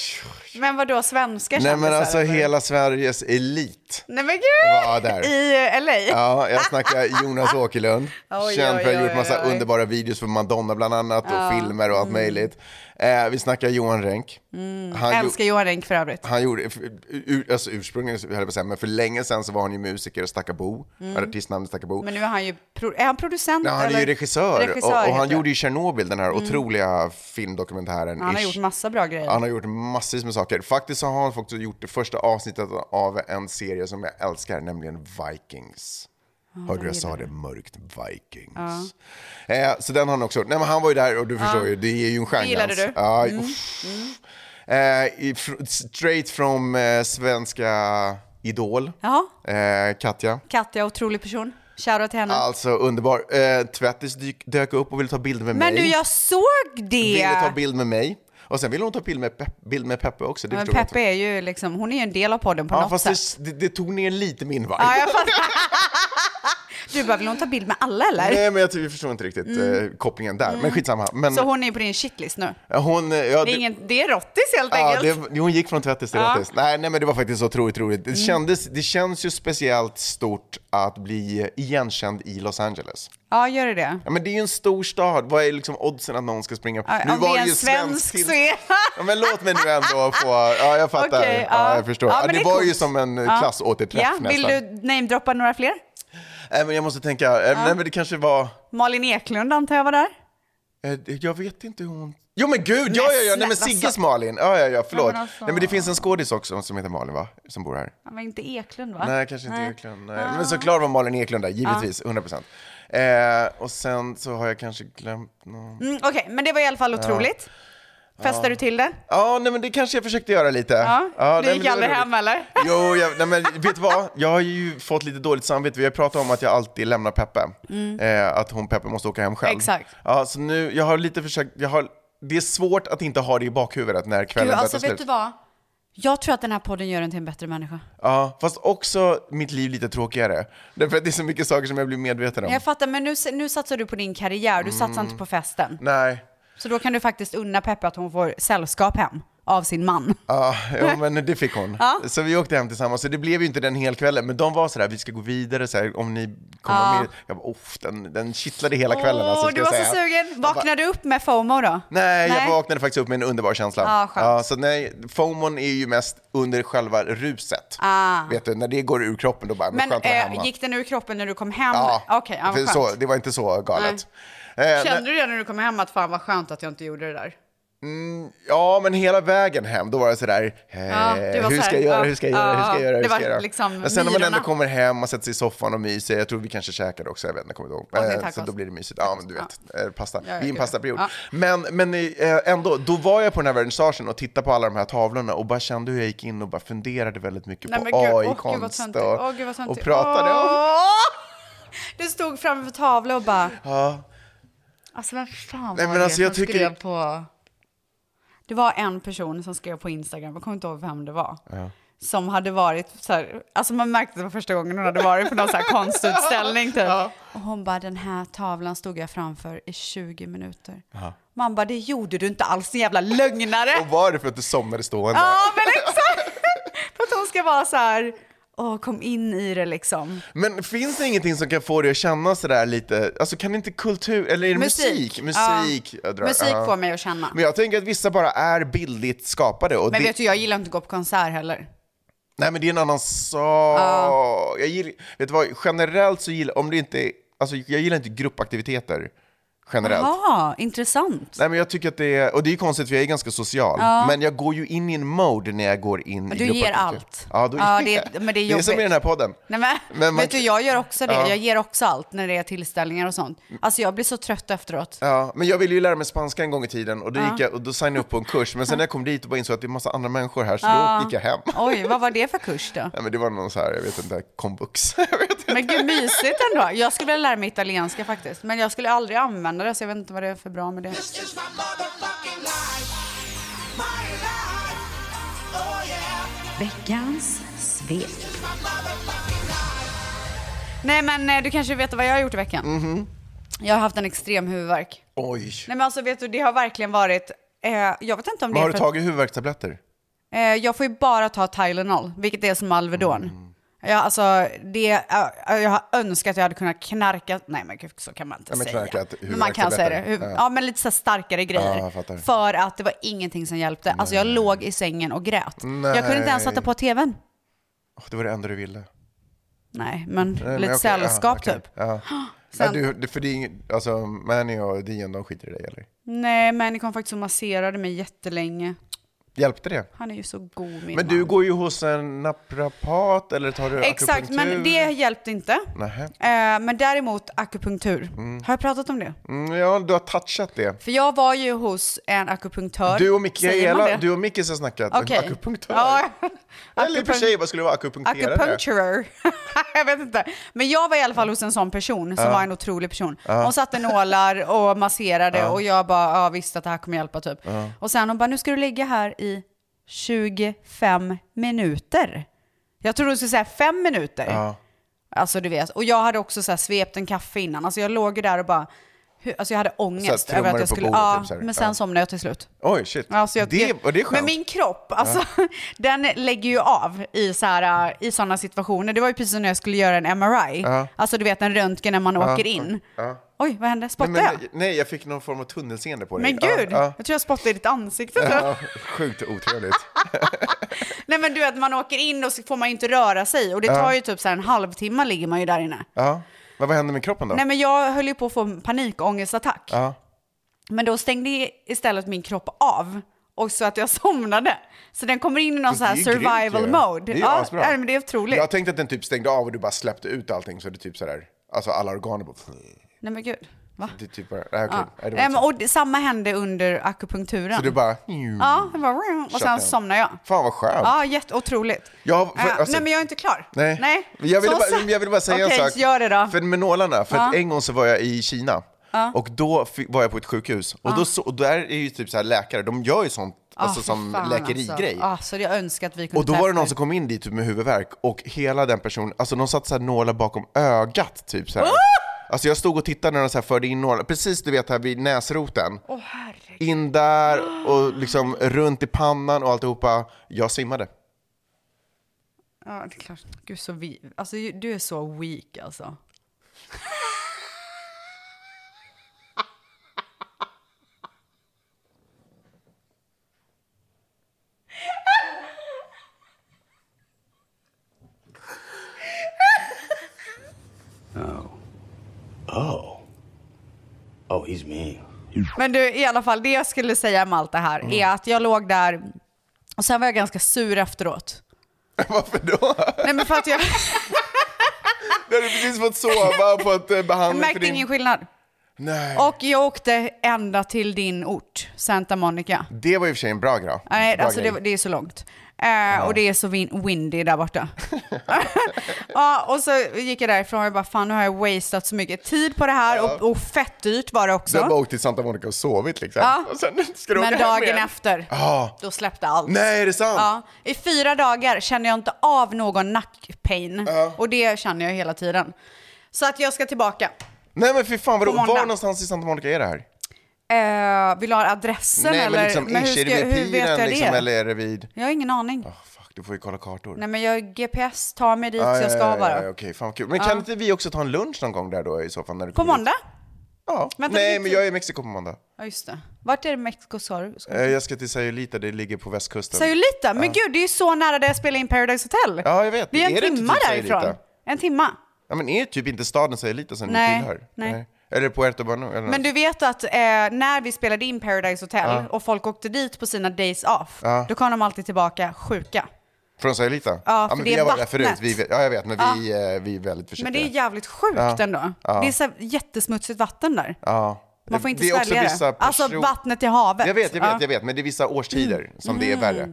Speaker 1: Men vadå, svenska
Speaker 2: Nej men
Speaker 1: kändisar,
Speaker 2: alltså
Speaker 1: eller?
Speaker 2: hela Sveriges elit
Speaker 1: Nej men gud!
Speaker 2: var där.
Speaker 1: I eh, LA?
Speaker 2: Ja, jag snackar Jonas Åkerlund,
Speaker 1: Oj,
Speaker 2: känd för att
Speaker 1: oj,
Speaker 2: ha gjort
Speaker 1: oj,
Speaker 2: massa
Speaker 1: oj. Mm.
Speaker 2: underbara videos för Madonna bland annat och filmer och allt möjligt. Eh, vi snackar Johan Renck. Han, gjo-
Speaker 1: Älskar Johan Renck för övrigt.
Speaker 2: han gjorde, f- ur, alltså ursprungligen höll jag på att säga, men för länge sedan så var han ju musiker, Stakka Bo, artistnamnet Stakka Bo.
Speaker 1: Mm. Men nu är han ju, pro- är han producent?
Speaker 2: Nej, han är
Speaker 1: eller?
Speaker 2: ju regissör, och, och
Speaker 1: heter
Speaker 2: han
Speaker 1: det. Mm.
Speaker 2: gjorde ju Tjernobyl, den här otroliga filmdokumentären.
Speaker 1: Han har
Speaker 2: ish.
Speaker 1: gjort massa bra grejer.
Speaker 2: Han har gjort massvis med saker. Faktiskt så har han faktiskt gjort det första avsnittet av en serie som jag älskar, nämligen Vikings. Hörde du jag sa det? Mörkt Vikings. Eh, så den har han också gjort. Nej men han var ju där och du förstår ju, det är ju en genre.
Speaker 1: Gillade
Speaker 2: hans.
Speaker 1: du? Mm.
Speaker 2: Ja, uff. Eh, i- fr- straight from eh, svenska Idol,
Speaker 1: Jaha.
Speaker 2: eh, Katja.
Speaker 1: Katja, otrolig person. Shoutout till henne.
Speaker 2: Alltså underbar. Eh, Tvättis dyk, dök upp och ville ta bilder med mig.
Speaker 1: Men du, jag såg
Speaker 2: Ville ta
Speaker 1: det!
Speaker 2: bild med mig. Och sen ville hon ta bild med, Pep- bild med Peppe också. Det
Speaker 1: Men
Speaker 2: förstod jag inte.
Speaker 1: Peppe är ju liksom, hon är ju en del av podden på
Speaker 2: Ja,
Speaker 1: något
Speaker 2: fast
Speaker 1: sätt.
Speaker 2: det, det, det tog ner lite min vibe.
Speaker 1: Ja, jag fattar. Du bara, vill hon ta bild med alla eller?
Speaker 2: Nej, men jag tycker- jag förstår inte riktigt eh, kopplingen där. Men skitsamma. Men
Speaker 1: Mm. Så hon är ju på din shitlist nu?
Speaker 2: hon, eh, ja,
Speaker 1: Det är, ingen, det är rottis helt
Speaker 2: ja,
Speaker 1: enkelt.
Speaker 2: det, hon gick från tvättis till
Speaker 1: Ja. Mm.
Speaker 2: rottis. Nej, nej, men det var faktiskt så otroligt roligt. Det, kändes, det känns ju speciellt stort att bli igenkänd i Los Angeles.
Speaker 1: Ja, gör det det?
Speaker 2: Ja, men det är ju en stor stad. Vad är liksom oddsen att någon ska springa?
Speaker 1: Ja, Om det är en svensk
Speaker 2: till-
Speaker 1: så är
Speaker 2: Ja, men låt mig nu ändå få... Ja, jag fattar.
Speaker 1: Okej,
Speaker 2: ja. jag förstår. Ja,
Speaker 1: men
Speaker 2: det,
Speaker 1: är
Speaker 2: var ju
Speaker 1: coolt.
Speaker 2: som en eh,
Speaker 1: Ja.
Speaker 2: klassåterträff
Speaker 1: ja. Vill
Speaker 2: nästan.
Speaker 1: du namedroppa några fler?
Speaker 2: Nej, men jag måste tänka. eh, Nej, men det kanske var...
Speaker 1: Malin Eklund antar jag var där.
Speaker 2: Eh, det- Jag vet inte hur hon... Jo men gud, ja ja ja, nej men
Speaker 1: snälla,
Speaker 2: Sigges
Speaker 1: alltså.
Speaker 2: Malin, ja ja ja, förlåt.
Speaker 1: Ja, men alltså.
Speaker 2: Nej men det finns en skådis också som heter Malin va, som bor här?
Speaker 1: Han var inte Eklund va?
Speaker 2: Nej, kanske inte Eklund. Nej.
Speaker 1: Ah.
Speaker 2: Men såklart var Malin Eklund där, givetvis, 100%. Eh, och sen så har jag kanske glömt någon...
Speaker 1: Mm, Okej, men det var i alla fall otroligt. Fästar du till det?
Speaker 2: Ja, nej men det kanske jag försökte göra lite.
Speaker 1: Ja.
Speaker 2: nej,
Speaker 1: du
Speaker 2: men
Speaker 1: gick
Speaker 2: det var
Speaker 1: aldrig
Speaker 2: roligt.
Speaker 1: hem eller?
Speaker 2: Jo, jag, nej, men vet du vad? Jag har ju fått lite dåligt samvete. Vi har pratat om att jag alltid lämnar Peppe. Eh, att hon, Peppe måste åka hem själv.
Speaker 1: Mm. Exakt.
Speaker 2: Ja, så nu, jag har lite försökt, jag har, det är svårt att inte ha det i bakhuvudet när kvällen
Speaker 1: Gud,
Speaker 2: börjar
Speaker 1: alltså
Speaker 2: ta
Speaker 1: vet
Speaker 2: slut.
Speaker 1: du vad? Jag tror att den här podden gör en till en bättre människa.
Speaker 2: Ja, fast också mitt liv lite tråkigare. Därför att det är så mycket saker som jag blir medveten om.
Speaker 1: Jag fattar, men nu, nu satsar du på din karriär, du
Speaker 2: Mm.
Speaker 1: satsar inte på festen.
Speaker 2: Nej,
Speaker 1: Så då kan du faktiskt unna Peppe att hon får sällskap hem av sin man.
Speaker 2: ja, jo, men det fick hon. Så vi åkte hem tillsammans, så det blev ju inte den helkvällen. Men de var sådär, vi ska gå vidare, så här, om ni kommer med. Jag bara, off, den, den kittlade hela kvällen. alltså,
Speaker 1: Åh,
Speaker 2: ska
Speaker 1: du
Speaker 2: jag
Speaker 1: var
Speaker 2: säga.
Speaker 1: så sugen. Vaknade du upp med FOMO då?
Speaker 2: Nej, jag vaknade faktiskt upp med en underbar känsla.
Speaker 1: Ja, skönt.
Speaker 2: så nej, FOMOn är ju mest under själva ruset. Vet du, när det går ur kroppen då bara,
Speaker 1: Ah.
Speaker 2: men,
Speaker 1: Men
Speaker 2: skönt att vara
Speaker 1: eh,
Speaker 2: hemma.
Speaker 1: gick den ur kroppen när du kom hem?
Speaker 2: Ja,
Speaker 1: Okej, ja,
Speaker 2: för
Speaker 1: vad
Speaker 2: så,
Speaker 1: skönt.
Speaker 2: det var inte så galet. Eh,
Speaker 1: Kände
Speaker 2: nej-
Speaker 1: du det när du kom hem att fan vad skönt att jag inte gjorde det där?
Speaker 2: Ja, men hela vägen hem, då var det sådär, eh,
Speaker 1: Ja, det var
Speaker 2: hur
Speaker 1: så
Speaker 2: ska
Speaker 1: här,
Speaker 2: jag göra,
Speaker 1: ja,
Speaker 2: hur ska jag göra, hur ska
Speaker 1: ja,
Speaker 2: jag göra, hur
Speaker 1: det
Speaker 2: ska
Speaker 1: var
Speaker 2: jag göra?
Speaker 1: liksom
Speaker 2: Men sen när man
Speaker 1: myrorna.
Speaker 2: ändå kommer hem och sätter sig i soffan och myser, jag tror vi kanske käkade också, jag vet inte, jag kommer inte ihåg.
Speaker 1: Okej,
Speaker 2: Eh,
Speaker 1: tacos.
Speaker 2: så då blir det mysigt. Ja, men du vet, eh, pasta.
Speaker 1: ja,
Speaker 2: vi är i en
Speaker 1: gud.
Speaker 2: pastaperiod.
Speaker 1: Ja.
Speaker 2: Men, men eh, ändå, då var jag på den här vernissagen och tittade på alla de här tavlorna och bara kände hur jag gick in och bara funderade väldigt mycket
Speaker 1: Nej, men
Speaker 2: på
Speaker 1: gud, åh, gud, vad
Speaker 2: AI-konst
Speaker 1: töntigt.
Speaker 2: och,
Speaker 1: Åh, gud, vad töntigt.
Speaker 2: och pratade om...
Speaker 1: Åh! Du stod framför tavlan och bara...
Speaker 2: Ja.
Speaker 1: Alltså vem fan
Speaker 2: Nej,
Speaker 1: var
Speaker 2: men
Speaker 1: det
Speaker 2: alltså,
Speaker 1: som
Speaker 2: jag tycker-
Speaker 1: skrev på... Det var en person som skrev på Instagram, jag kommer inte ihåg vem det var. Som hade varit så här, alltså man märkte det var första gången hon hade varit på någon så här konstutställning typ. Och hon bara, den här tavlan stod jag framför i 20 minuter. Man bara, det gjorde du inte alls, din jävla lögnare!
Speaker 2: Och var det för att du somnade stående?
Speaker 1: Ja, men exakt! För att hon ska vara så här, åh, kom in i det liksom.
Speaker 2: Men finns det ingenting som kan få dig att känna sådär lite, alltså kan inte kultur, eller är det musik?
Speaker 1: Musik. Ja.
Speaker 2: jag drar-
Speaker 1: Musik
Speaker 2: ja.
Speaker 1: får mig att känna.
Speaker 2: Men jag tänker att vissa bara är bildligt skapade. Och
Speaker 1: Men
Speaker 2: det,
Speaker 1: vet du, jag gillar inte att gå på konsert heller.
Speaker 2: Nej men det är en annan sak. Jag gillar, vet du vad, generellt så gillar, om det inte, är- alltså jag gillar inte gruppaktiviteter. Generellt.
Speaker 1: Ja, intressant.
Speaker 2: Nej men jag tycker att det är, och det är ju konstigt för jag är ganska social. Men jag går ju in i en mode när jag går in i
Speaker 1: du ger
Speaker 2: gruppaktiviteter.
Speaker 1: allt.
Speaker 2: Ja, då,
Speaker 1: Ja, det- men det är
Speaker 2: det är som i
Speaker 1: jobbigt.
Speaker 2: den här podden.
Speaker 1: Nej, men,
Speaker 2: Men man
Speaker 1: vet du,
Speaker 2: kan-
Speaker 1: jag gör också det. Jag ger också allt när det är tillställningar och sånt. Alltså jag blir så trött efteråt.
Speaker 2: Ja, men jag ville ju lära mig spanska en gång i tiden och då, gick jag, och då signade jag upp på en kurs. Men sen när jag kom dit och bara insåg att det är massa andra människor här så då gick jag hem.
Speaker 1: Oj, vad var det för kurs då?
Speaker 2: Nej men det var någon så här, jag vet inte, komvux. Jag vet inte.
Speaker 1: Men gud, mysigt ändå. Jag skulle vilja lära mig italienska faktiskt. Men jag skulle aldrig använda det, så jag vet inte vad det är för bra med det.
Speaker 7: Veckans svep.
Speaker 1: Nej, men eh, du kanske vet vad jag har gjort i
Speaker 2: Mhm.
Speaker 1: veckan? Jag har haft en extrem huvudvärk.
Speaker 2: Oj.
Speaker 1: Nej men alltså vet du, det har verkligen varit Eh, jag vet inte om det
Speaker 2: Men har
Speaker 1: är för
Speaker 2: du
Speaker 1: att,
Speaker 2: tagit huvudvärkstabletter?
Speaker 1: eh, Jag får ju bara ta Tylenol, vilket är som Alvedon.
Speaker 2: Mm.
Speaker 1: Ja, alltså, det, eh, jag har önskat att jag hade kunnat knarka. Nej, men gud, så kan man inte
Speaker 2: Ja, men
Speaker 1: säga.
Speaker 2: knarkat
Speaker 1: men man kan säga det.
Speaker 2: huvudvärkstabletter.
Speaker 1: Huv-
Speaker 2: Ja.
Speaker 1: ja, men lite så här starkare
Speaker 2: Ja,
Speaker 1: grejer.
Speaker 2: jag fattar.
Speaker 1: för att det var ingenting som hjälpte. Alltså, jag låg i sängen och grät. Jag kunde inte ens
Speaker 2: Nej.
Speaker 1: sätta på tvn.
Speaker 2: Åh, det var det enda du ville.
Speaker 1: Nej, men
Speaker 2: Nej, men
Speaker 1: lite
Speaker 2: okej,
Speaker 1: sällskap
Speaker 2: ja, okej.
Speaker 1: typ.
Speaker 2: Ja. Ja, du, det- för det är inget, alltså Manny och Dion, de skiter i dig eller?
Speaker 1: Nej, men ni kom faktiskt och masserade mig jättelänge.
Speaker 2: Hjälpte det?
Speaker 1: Han är ju så god min
Speaker 2: Men du
Speaker 1: man.
Speaker 2: går ju hos en naprapat eller tar du
Speaker 1: Exakt, men det hjälpte inte.
Speaker 2: Nähä.
Speaker 1: Eh, men däremot akupunktur. Har jag pratat om det?
Speaker 2: Mm, ja, du har touchat det.
Speaker 1: För jag var ju hos en akupunktör.
Speaker 2: Du
Speaker 1: Säger
Speaker 2: och
Speaker 1: man
Speaker 2: Mikaela,
Speaker 1: det?
Speaker 2: du och Micke har snackat.
Speaker 1: Okej.
Speaker 2: Akupunktör.
Speaker 1: Ja.
Speaker 2: Eller i och för
Speaker 1: Akupunk-
Speaker 2: sig, vad skulle det vara? Akupunkterare?
Speaker 1: Acupuncturer. jag vet inte. Men jag var i alla fall hos en sån person som var en otrolig person. Hon satte nålar och masserade och jag bara, ja visst att det här kommer hjälpa typ. Och sen hon bara, nu ska du ligga här i 25 minuter. Jag trodde hon skulle säga fem minuter. Alltså du vet. Och jag hade också så här svept en kaffe innan. Alltså jag låg ju där och bara, hur, alltså jag hade ångest. över
Speaker 2: trummar
Speaker 1: att
Speaker 2: du
Speaker 1: jag
Speaker 2: på
Speaker 1: skulle,
Speaker 2: bordet,
Speaker 1: ja,
Speaker 2: typ så här.
Speaker 1: men sen
Speaker 2: Ja.
Speaker 1: somnade jag till slut.
Speaker 2: Oj, shit.
Speaker 1: Alltså jag,
Speaker 2: det, och det är skönt.
Speaker 1: men min kropp, alltså, den lägger ju av i, så här, äh, i sådana situationer. Det var ju precis som när jag skulle göra en MRI. Alltså du vet en röntgen när man åker in. Oj, vad hände?
Speaker 2: nej,
Speaker 1: Spottade
Speaker 2: men,
Speaker 1: jag?
Speaker 2: nej, jag fick någon form av tunnelseende på dig.
Speaker 1: Men gud,
Speaker 2: Ja,
Speaker 1: jag tror jag spottade i ditt ansikte.
Speaker 2: ja,
Speaker 1: tror jag.
Speaker 2: ja, sjukt otrevligt.
Speaker 1: Nej men du vet, man åker in och så får man ju inte röra sig. Och det tar ju typ så här en halvtimme ligger man ju där inne.
Speaker 2: ja. Men vad hände med kroppen då?
Speaker 1: Nej men jag höll ju på att få en panikångestattack.
Speaker 2: Ja.
Speaker 1: Men då stängde i- istället min kropp av. Och så att jag somnade. Så den kommer in i någon så här
Speaker 2: Det är ju
Speaker 1: survival
Speaker 2: grymt ju.
Speaker 1: mode.
Speaker 2: Det är ju
Speaker 1: ja,
Speaker 2: asbra.
Speaker 1: nej, men det är otroligt.
Speaker 2: Jag tänkte att den typ stängde av och du bara släppte ut allting så det typ sådär, alltså alla organ bara...
Speaker 1: Nej men gud. Va?
Speaker 2: Det typ bara, nej, okej.
Speaker 1: Ja.
Speaker 2: Nej, det var
Speaker 1: Nej,
Speaker 2: inte
Speaker 1: men,
Speaker 2: så.
Speaker 1: och det, samma hände under akupunkturen.
Speaker 2: Så du bara...
Speaker 1: Ja, jag bara, och sen
Speaker 2: down.
Speaker 1: somnade jag.
Speaker 2: Fan vad skönt.
Speaker 1: Ja, jätteotroligt.
Speaker 2: Jag- för-
Speaker 1: Eh,
Speaker 2: alltså-
Speaker 1: nej men jag är inte klar.
Speaker 2: Nej. Jag, ville
Speaker 1: Så
Speaker 2: bara,
Speaker 1: sen-
Speaker 2: jag ville bara säga
Speaker 1: Okej,
Speaker 2: en sak.
Speaker 1: gör det då.
Speaker 2: För med nålarna, för att en gång så var jag i Kina. Och då fi- var jag på ett sjukhus. Och, då så, och där är ju typ så här läkare, de gör ju sånt
Speaker 1: Ah,
Speaker 2: alltså,
Speaker 1: fy
Speaker 2: som
Speaker 1: fan,
Speaker 2: läkerigrej.
Speaker 1: Alltså. Ah, så jag önskar att vi kunde
Speaker 2: Och då var det
Speaker 1: testa
Speaker 2: någon som kom in dit typ med huvudvärk och hela den personen, alltså de satt så här nålar bakom ögat typ så här. Alltså jag stod och tittade när de så här förde in nålar, precis du vet här vid näsroten.
Speaker 1: Åh herregud.
Speaker 2: In där och liksom runt i pannan och alltihopa. Jag svimmade.
Speaker 1: Ja, det är klart. Gud, så vi... Alltså ju- du är så weak alltså.
Speaker 7: Oh, he's mean.
Speaker 1: Men du, i alla fall, det jag skulle säga med allt det här är
Speaker 7: Mm.
Speaker 1: att jag låg där och sen var jag ganska sur efteråt.
Speaker 2: Varför då?
Speaker 1: Nej men för att jag,
Speaker 2: Du hade precis fått sova på ett eh,
Speaker 1: jag
Speaker 2: behandling för
Speaker 1: märkte
Speaker 2: din...
Speaker 1: ingen skillnad.
Speaker 2: Nej.
Speaker 1: Och jag åkte ända till din ort, Santa Monica.
Speaker 2: Det var i och för sig en bra gra.
Speaker 1: Nej,
Speaker 2: bra
Speaker 1: alltså
Speaker 2: grej.
Speaker 1: det, det är så långt. Eh, Och det är så vin- windy där borta. ja, och så gick jag därifrån och jag bara, fan nu har jag wasted så mycket tid på det här och, och fett dyrt var det också.
Speaker 2: Du har bara åkt till Santa Monica och sovit liksom.
Speaker 1: Ja.
Speaker 2: Och sen ska du åka
Speaker 1: Men
Speaker 2: hem
Speaker 1: dagen
Speaker 2: igen.
Speaker 1: efter,
Speaker 2: Ja.
Speaker 1: då släppte allt.
Speaker 2: Nej, är det sant?
Speaker 1: Ja, I fyra dagar känner jag inte av någon nackpain. Och det känner jag hela tiden. Så att jag ska tillbaka.
Speaker 2: Nej men fy fan, vadå?
Speaker 1: På måndag.
Speaker 2: var någonstans i Santa Monica är det här?
Speaker 1: Eh, vill du ha adressen
Speaker 2: Nej
Speaker 1: eller?
Speaker 2: men liksom,
Speaker 1: hur
Speaker 2: ish, är
Speaker 1: ska-
Speaker 2: det vid
Speaker 1: hur vet
Speaker 2: piren
Speaker 1: jag
Speaker 2: liksom,
Speaker 1: det?
Speaker 2: eller är det vid...
Speaker 1: Jag har ingen aning.
Speaker 2: Oh, fuck, du får ju kolla kartor.
Speaker 1: Nej men jag GPS tar mig dit
Speaker 2: Ah,
Speaker 1: så jag ska
Speaker 2: ja, ja,
Speaker 1: bara.
Speaker 2: ja, Okej, fan vad kul. Men kan inte vi också ta en lunch någon gång där då i så fall? När du
Speaker 1: På
Speaker 2: kommer hit?
Speaker 1: måndag?
Speaker 2: Ja.
Speaker 1: Vänta, det är
Speaker 2: Nej, men
Speaker 1: till-
Speaker 2: jag är i Mexiko på måndag.
Speaker 1: Ja just det. Vart är det Mexiko sa du?
Speaker 2: Eh, Jag ska till Sayulita, det ligger på västkusten.
Speaker 1: Sayulita? Men gud det är ju så nära där jag spelade in Paradise Hotel.
Speaker 2: Ja, jag vet.
Speaker 1: Det är en
Speaker 2: Är det inte
Speaker 1: timma
Speaker 2: typ
Speaker 1: därifrån.
Speaker 2: Sayulita?
Speaker 1: En timma.
Speaker 2: Ja men är typ inte staden Sayulita som
Speaker 1: Nej,
Speaker 2: ni tillhör?
Speaker 1: nej.
Speaker 2: Eller Puerto Banú? Eller något.
Speaker 1: Men du vet att eh, när vi spelade in Paradise Hotel och folk åkte dit på sina days off, då kom de alltid tillbaka sjuka.
Speaker 2: Från Sayulita? Ja,
Speaker 1: för
Speaker 2: men
Speaker 1: det
Speaker 2: vi
Speaker 1: är
Speaker 2: har varit där
Speaker 1: vattnet.
Speaker 2: förut. Vi, vet- ja, jag vet, men vi, eh, vi är väldigt försiktiga.
Speaker 1: Men det är jävligt sjukt ändå. Det är så här jättesmutsigt vatten där.
Speaker 2: ja.
Speaker 1: Man får inte
Speaker 2: det är också
Speaker 1: svälja det.
Speaker 2: vissa
Speaker 1: Alltså
Speaker 2: person-
Speaker 1: vattnet i havet.
Speaker 2: Jag vet, jag vet,
Speaker 1: Ja. Mm.
Speaker 2: jag vet, men det är vissa årstider som det är värre.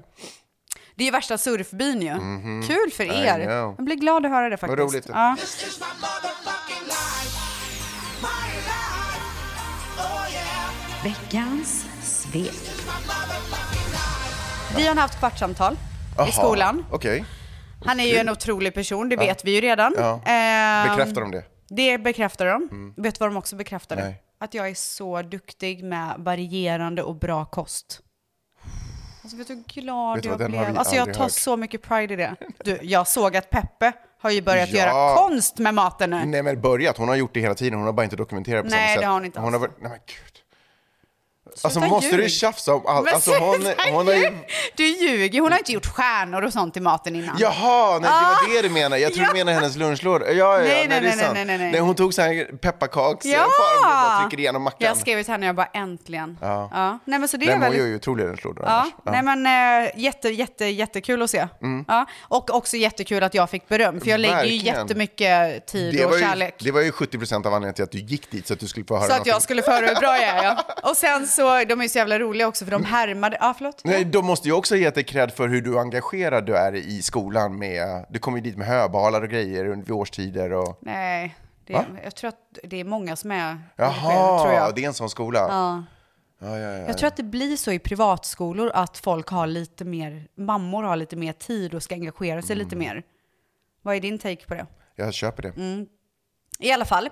Speaker 1: Det är ju värsta surfbyn ju.
Speaker 2: Mhm.
Speaker 1: Kul för er.
Speaker 2: know.
Speaker 1: Jag blir glad att höra det faktiskt.
Speaker 2: roligt.
Speaker 1: Ja.
Speaker 8: Veckans svep.
Speaker 1: Vi har haft kvartssamtal i
Speaker 2: Aha,
Speaker 1: skolan.
Speaker 2: Okej,
Speaker 1: Han är ju en otrolig person, det vet vi ju redan.
Speaker 2: Ja.
Speaker 1: Ehm,
Speaker 2: bekräftar de det?
Speaker 1: Det bekräftar de. Vet du vad de också bekräftade?
Speaker 2: Nej.
Speaker 1: att jag är så duktig med varierande och bra kost. Alltså vet du hur glad
Speaker 2: Vet du
Speaker 1: jag
Speaker 2: vad, den
Speaker 1: blev?
Speaker 2: har vi
Speaker 1: alltså jag
Speaker 2: aldrig
Speaker 1: tar
Speaker 2: hört.
Speaker 1: så mycket pride i det. Du, jag såg att Peppe har ju börjat
Speaker 2: Ja.
Speaker 1: göra konst med maten nu.
Speaker 2: Nej men börjat, hon har gjort det hela tiden, hon har bara inte dokumenterat på
Speaker 1: Nej,
Speaker 2: samma sätt.
Speaker 1: det har hon inte
Speaker 2: Hon har
Speaker 1: alls.
Speaker 2: varit, nej men gud. Alltså
Speaker 1: Sluta
Speaker 2: måste du
Speaker 1: ljug.
Speaker 2: tjafsa om allt?
Speaker 1: Men
Speaker 2: Alltså hon,
Speaker 1: sluta
Speaker 2: hon har ju...
Speaker 1: ljug. Du ljuger, hon har inte gjort stjärnor och sånt i maten innan.
Speaker 2: Jaha, nej, det var det du menade. Jag tror
Speaker 1: Ah! Ja.
Speaker 2: du menar hennes lunchlåda. Ja, ja,
Speaker 1: Nej,
Speaker 2: ja,
Speaker 1: nej,
Speaker 2: nej, det
Speaker 1: nej,
Speaker 2: är sant.
Speaker 1: nej,
Speaker 2: Nej,
Speaker 1: nej, nej.
Speaker 2: hon tog så här pepparkaks
Speaker 1: Ja!
Speaker 2: form och bara trycker igenom mackan.
Speaker 1: Jag skrev till henne och jag bara äntligen. Ja. Nej men så det
Speaker 2: Nej,
Speaker 1: är
Speaker 2: men hon
Speaker 1: väldigt...
Speaker 2: gör ju otroliga lunchlådor
Speaker 1: Ja,
Speaker 2: annars.
Speaker 1: nej men eh, jätte, jätte, jättekul att se. Ja, och också jättekul att jag fick beröm, för jag lägger ju
Speaker 2: Mm. Verkligen.
Speaker 1: jättemycket tid
Speaker 2: Det
Speaker 1: och
Speaker 2: var, ju,
Speaker 1: kärlek.
Speaker 2: det var ju 70% av anledningen till att du gick dit så att du skulle få höra
Speaker 1: Så att jag
Speaker 2: någonting.
Speaker 1: skulle få höra hur bra jag är ja. Och sen så, de är ju så jävla roliga också för de härmade, ja ah, förlåt?
Speaker 2: Nej, de måste ju också ge dig cred för hur du engagerad du är i skolan med, du kommer ju dit med höbalar och grejer under- vid årstider och...
Speaker 1: Nej, det,
Speaker 2: Va?
Speaker 1: jag tror att det är många som är engagerade,
Speaker 2: Jaha,
Speaker 1: tror jag.
Speaker 2: det är en sån skola. Ja, ja, ja.
Speaker 1: Jag tror att det blir så i privatskolor att folk har lite mer, mammor har lite mer tid och ska engagera sig lite
Speaker 2: Mm.
Speaker 1: mer. Vad är din take på det?
Speaker 2: Jag köper det.
Speaker 1: Mm. I alla fall.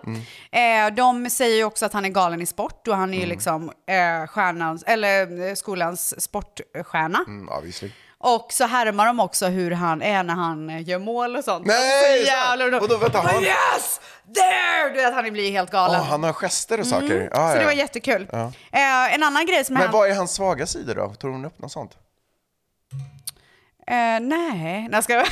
Speaker 2: Mm.
Speaker 1: Eh, de säger ju också att han är galen i sport och
Speaker 2: Mm.
Speaker 1: han är ju liksom eh, stjärnans, eller eh, skolans sportstjärna.
Speaker 2: Mm, obviously.
Speaker 1: Och så härmar de också hur han är när han eh, gör mål och sånt.
Speaker 2: Nej,
Speaker 1: Alltså,
Speaker 2: är det sant?
Speaker 1: jävlar, och
Speaker 2: Och då, vänta, han-
Speaker 1: Yes! There! Du vet, han blir helt galen.
Speaker 2: Åh, han har gester och saker. Ja,
Speaker 1: Mm. så
Speaker 2: ja.
Speaker 1: det var jättekul. Eh, en annan grej som
Speaker 2: Men
Speaker 1: hände...
Speaker 2: vad är hans svaga sida då? Tror hon upp något sånt?
Speaker 1: Eh, nej, nej ska jag...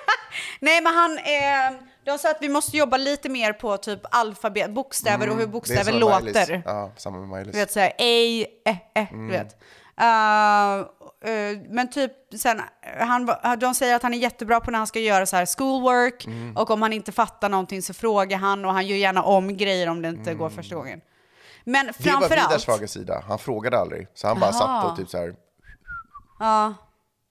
Speaker 1: nej, men han... Eh, de sa att vi måste jobba lite mer på typ alfabet, bokstäver och hur
Speaker 2: Mm, Det är
Speaker 1: bokstäver
Speaker 2: som med
Speaker 1: låter.
Speaker 2: Miley. Ja, Mm. samma med Miley.
Speaker 1: Du vet såhär, ej, eh, eh, du vet. Eh, eh, men typ sen, han, var- de säger att han är jättebra på när han ska göra så här schoolwork
Speaker 2: Mm.
Speaker 1: och om han inte fattar någonting så frågar han och han gör gärna om grejer om det inte går första gången. Men
Speaker 2: Mm. det var Vidars
Speaker 1: framförallt,
Speaker 2: svaga sida. Han frågade aldrig. Så han bara
Speaker 1: Aha.
Speaker 2: satt och typ så här.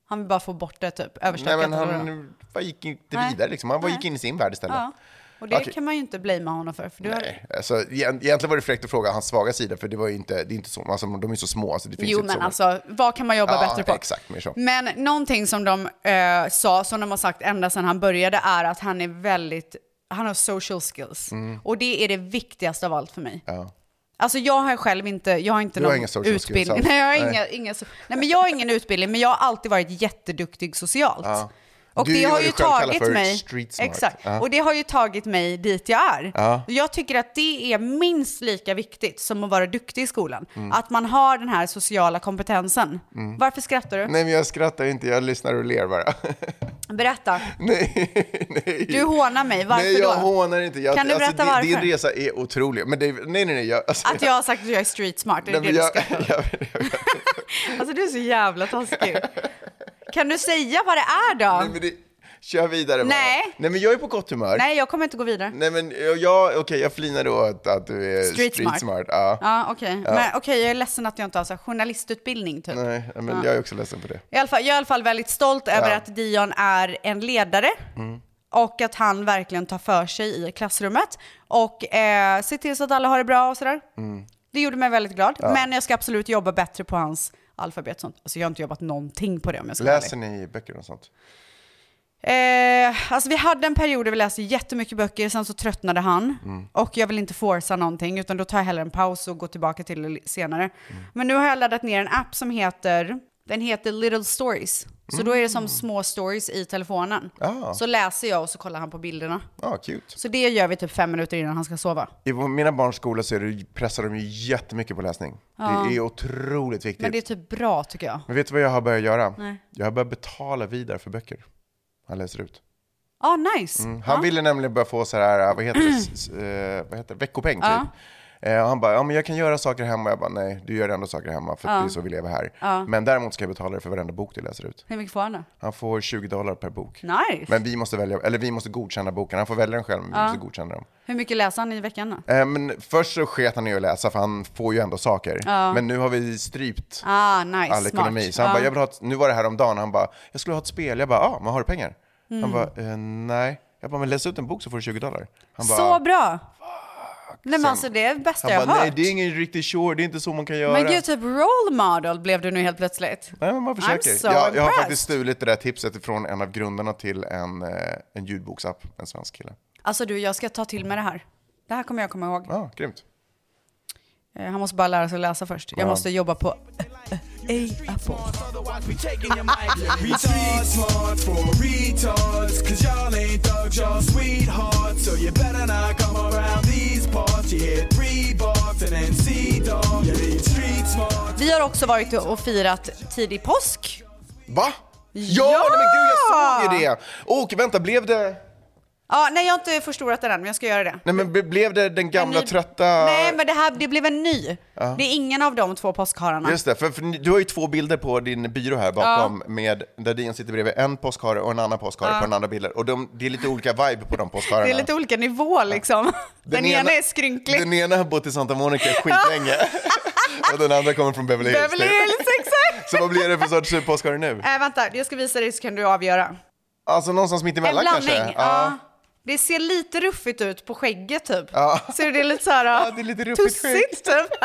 Speaker 1: han vill bara få bort det typ,
Speaker 2: Nej
Speaker 1: överstökat.
Speaker 2: men
Speaker 1: eller vad det var.
Speaker 2: han bara gick inte
Speaker 1: Nej.
Speaker 2: vidare liksom. Han bara
Speaker 1: Nej.
Speaker 2: gick in i sin värld istället.
Speaker 1: Ja. Och det
Speaker 2: Okej.
Speaker 1: kan man ju inte blamea honom för. för du har...
Speaker 2: Nej, alltså, egent- egentligen var det fräckt att fråga hans svaga sida för det var ju inte, det är inte så, alltså, de är så små. Alltså, det finns
Speaker 1: Jo
Speaker 2: inte
Speaker 1: men
Speaker 2: så.
Speaker 1: alltså, vad kan man jobba
Speaker 2: Ja,
Speaker 1: bättre på?
Speaker 2: exakt, mer så.
Speaker 1: Men någonting som de eh, sa, som de har sagt ända sedan han började, är att han är väldigt, han har social skills.
Speaker 2: Mm.
Speaker 1: Och det är det viktigaste av allt för mig. Alltså jag har själv inte, jag har inte
Speaker 2: Du har
Speaker 1: någon
Speaker 2: inga social skills
Speaker 1: utbildning.
Speaker 2: alls.
Speaker 1: nej, jag har
Speaker 2: Nej.
Speaker 1: Inga, inga, so- nej men jag har ingen utbildning, men jag har alltid varit jätteduktig socialt. Och
Speaker 2: Du är
Speaker 1: det
Speaker 2: ju
Speaker 1: har
Speaker 2: vad
Speaker 1: ju
Speaker 2: du själv kallar
Speaker 1: tagit
Speaker 2: för
Speaker 1: mig...
Speaker 2: street smart.
Speaker 1: Exakt.
Speaker 2: Ja.
Speaker 1: Och det har ju tagit mig dit jag är. Jag tycker att det är minst lika viktigt som att vara duktig i skolan.
Speaker 2: Mm.
Speaker 1: Att man har den här sociala kompetensen. Varför skrattar du?
Speaker 2: Nej men jag skrattar inte, jag lyssnar och ler bara.
Speaker 1: Berätta.
Speaker 2: nej, nej.
Speaker 1: Du hånar mig, varför
Speaker 2: nej, jag
Speaker 1: då?
Speaker 2: hånar inte. Jag,
Speaker 1: Kan du berätta
Speaker 2: din,
Speaker 1: varför?
Speaker 2: Din resa är otrolig. Men det, nej, nej, nej. Jag, alltså,
Speaker 1: Att jag har sagt att jag är street smart, är det
Speaker 2: nej,
Speaker 1: det
Speaker 2: men
Speaker 1: du
Speaker 2: jag,
Speaker 1: ska?
Speaker 2: jag, jag,
Speaker 1: Alltså du är så jävla taskig. Kan du säga vad det är då?
Speaker 2: nej, men det, kör vidare bara.
Speaker 1: Nej.
Speaker 2: nej, men jag är på gott humör.
Speaker 1: Nej, jag kommer inte gå vidare.
Speaker 2: Nej men jag, jag okej jag flinar då att, att du är
Speaker 1: Street
Speaker 2: street,
Speaker 1: smart.
Speaker 2: smart. ja.
Speaker 1: Ja, okej. Men okej, jag är ledsen att jag inte har så här, journalistutbildning typ.
Speaker 2: Nej, men jag är också ledsen för det.
Speaker 1: I alla fall, jag är i alla fall väldigt stolt över att Dion är en ledare. Och att han verkligen tar för sig i klassrummet. Och eh, ser till så att alla har det bra och sådär. Det gjorde mig väldigt glad. Men jag ska absolut jobba bättre på hans alfabet och sånt. Alltså jag har inte jobbat någonting på det om jag ska vara
Speaker 2: Läser ni böcker och sånt?
Speaker 1: Eh, alltså vi hade en period där vi läste jättemycket böcker, sen så tröttnade han.
Speaker 2: Mm.
Speaker 1: Och jag vill inte forsa någonting, utan då tar jag hellre en paus och går tillbaka till det li- senare.
Speaker 2: Mm.
Speaker 1: Men nu har jag laddat ner en app som heter, den heter Little Stories. Så då är det som små stories i telefonen.
Speaker 2: Mm. Ah.
Speaker 1: Så läser jag och så kollar han på bilderna.
Speaker 2: Ja, ah, cute.
Speaker 1: Så det gör vi typ fem minuter innan han ska sova.
Speaker 2: I vår- mina barns skola så är det, pressar de ju jättemycket på läsning. Det är otroligt viktigt.
Speaker 1: Men
Speaker 2: Men,
Speaker 1: det är typ bra tycker jag.
Speaker 2: vet du vad jag har börjat göra?
Speaker 1: Nej.
Speaker 2: Jag har börjat betala vidare för böcker han läser ut.
Speaker 1: Ja, ah, nice.
Speaker 2: Han ville nämligen börja få så här, vad heter det, S- s- eh, vad heter det? veckopeng typ. Eh, och han bara, ja men jag kan göra saker hemma. Jag bara, nej du gör ändå saker hemma för att det är så vi lever här. Men däremot ska jag betala dig för varenda bok du läser ut.
Speaker 1: Hur mycket får han då?
Speaker 2: Han får 20 dollar per bok.
Speaker 1: Nice.
Speaker 2: Men vi måste, välja, eller vi måste godkänna boken. Han får välja den själv, men vi måste godkänna dem.
Speaker 1: Hur mycket läser han i veckan då?
Speaker 2: Eh, men först så sket han i att läsa, för han får ju ändå saker. Men nu har vi strypt
Speaker 1: Ah, nice.
Speaker 2: all ekonomi.
Speaker 1: Smart.
Speaker 2: Så han
Speaker 1: Ja.
Speaker 2: bara, jag vill ha ett, nu var det här om dagen, han bara, jag skulle ha ett spel. Jag bara, ja, ah, men har du pengar?
Speaker 1: Mm.
Speaker 2: Han bara, eh, nej. Jag bara, men läs ut en bok så får du 20 dollar. Han bara,
Speaker 1: Så bra! Nej men alltså det är det bästa
Speaker 2: han
Speaker 1: jag
Speaker 2: bara
Speaker 1: har
Speaker 2: nej
Speaker 1: hört.
Speaker 2: det är ingen riktig sure, det är inte så man kan göra.
Speaker 1: Men gud, typ role model blev du nu helt plötsligt.
Speaker 2: Nej, men man försöker.
Speaker 1: I'm so
Speaker 2: jag, jag har
Speaker 1: impressed.
Speaker 2: faktiskt stulit det där tipset från en av grundarna till en, eh, en ljudboksapp, en svensk kille.
Speaker 1: Alltså du, jag ska ta till mig det här. Det här kommer jag komma ihåg.
Speaker 2: Ja, ah, grymt.
Speaker 1: Eh, Han måste bara lära sig att läsa först. Jag måste jobba på
Speaker 7: Otherwise, we taking your mic. Retard smart for retards. Cause y'all ain't thugs, y'all sweethearts. So you better not come around these parts. You hit three bars and then see dog. You need street smart.
Speaker 1: Vi har också varit och firat tidig påsk.
Speaker 2: Va? Ja,
Speaker 1: Ja!
Speaker 2: Nej, men gud jag såg ju det! Och vänta, blev det,
Speaker 1: Ja, nej, jag har inte förstorat den än, men jag ska göra det.
Speaker 2: nej, men ble- blev det den gamla
Speaker 1: En ny-
Speaker 2: trötta...
Speaker 1: Nej, men det här det blev en ny. Det är ingen av de två påskhararna.
Speaker 2: Just det, för, för ni- du har ju två bilder på din byrå här bakom med, där Dion sitter bredvid en påskhare och en annan påskhare på den andra bilden. Och de, det är lite olika vibe på de påskhararna.
Speaker 1: Det är lite olika nivå liksom. Den, ena, är skrynklig.
Speaker 2: Den ena har bott i Santa Monica skitlänge. och den andra kommer från Beverly Hills.
Speaker 1: Beverly
Speaker 2: typ.
Speaker 1: Hills, exakt!
Speaker 2: Så vad blir det för sorts eh, påskhare nu?
Speaker 1: Äh, vänta, jag ska visa dig så kan du avgöra.
Speaker 2: Alltså någonstans
Speaker 1: En
Speaker 2: mittemellan
Speaker 1: blandning.
Speaker 2: kanske?
Speaker 1: Ja. Det ser lite ruffigt ut på skägget typ.
Speaker 2: Ja.
Speaker 1: Ser du det är lite så här ja,
Speaker 2: det är lite ruffigt
Speaker 1: tussigt typ.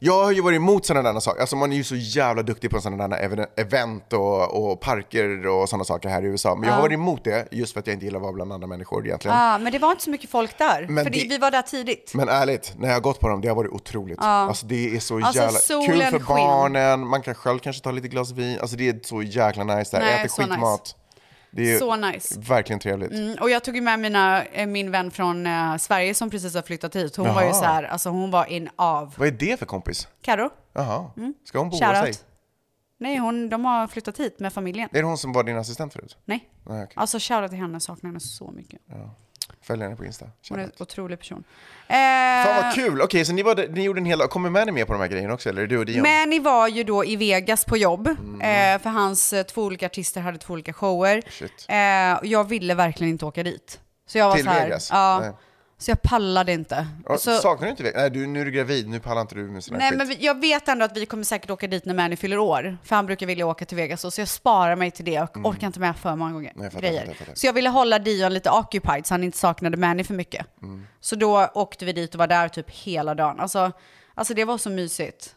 Speaker 2: Jag har ju varit emot sådana där saker. Alltså man är ju så jävla duktig på sådana där even- event och, och parker och sådana saker här i USA. Men jag har varit emot det just för att jag inte gillar att vara bland andra människor egentligen.
Speaker 1: Ja, men det var inte så mycket folk där.
Speaker 2: Men
Speaker 1: för det...
Speaker 2: det-
Speaker 1: vi var där tidigt.
Speaker 2: Men ärligt, när jag har gått på dem, det har varit otroligt. Alltså det är så
Speaker 1: Alltså,
Speaker 2: jävla
Speaker 1: solen
Speaker 2: kul för
Speaker 1: sken.
Speaker 2: barnen, man kan själv kanske ta lite glas vin. Alltså det är så jäkla nice där,
Speaker 1: Nej,
Speaker 2: äter
Speaker 1: så nice.
Speaker 2: skitmat. Det är
Speaker 1: Så nice.
Speaker 2: verkligen trevligt.
Speaker 1: Mm, Och jag tog ju med mina, eh, min vän från eh, Sverige som precis har flyttat hit. Hon var ju så här, alltså hon var in av.
Speaker 2: Vad är det för kompis?
Speaker 1: Karo,
Speaker 2: Jaha,
Speaker 1: Mm.
Speaker 2: ska hon bo hos dig?
Speaker 1: shoutout. Nej, hon, de har flyttat hit med familjen.
Speaker 2: Är det hon som var din assistent förut?
Speaker 1: Nej.
Speaker 2: Nej, okej.
Speaker 1: Alltså shoutout till henne, jag saknar henne så mycket.
Speaker 2: Följ henne på Insta.
Speaker 1: Hon är en
Speaker 2: Shoutout.
Speaker 1: otrolig person.
Speaker 2: Fan
Speaker 1: Eh,
Speaker 2: vad kul! Okej, så ni, var, där- ni gjorde en hel... Kommer Mani med på de här grejerna också, eller är det du och Dion?
Speaker 1: Men ni var ju då i Vegas på jobb, eh, för hans eh, två olika artister hade två olika shower.
Speaker 2: Shit.
Speaker 1: Eh, och jag ville verkligen inte åka dit. Så jag var
Speaker 2: Till
Speaker 1: så här,
Speaker 2: Vegas? Nej.
Speaker 1: Ja, så jag pallade inte.
Speaker 2: Ja,
Speaker 1: så,
Speaker 2: Saknar du inte det? Nej, du, nu är du gravid, nu pallar inte du med sån här
Speaker 1: alltså- nej, men
Speaker 2: skit.
Speaker 1: vi- jag vet ändå att vi kommer säkert åka dit när Mani fyller år, för han brukar vilja åka till Vegas. och Så jag sparar mig till det och orkar inte med för många gånger
Speaker 2: Mm. Nej, jag fattar,
Speaker 1: grejer.
Speaker 2: fattar, fattar.
Speaker 1: Så jag ville hålla Dion lite occupied så han inte saknade Mani för mycket.
Speaker 2: Mm.
Speaker 1: Så då åkte vi dit och var där typ hela dagen. Alltså, alltså det var så mysigt.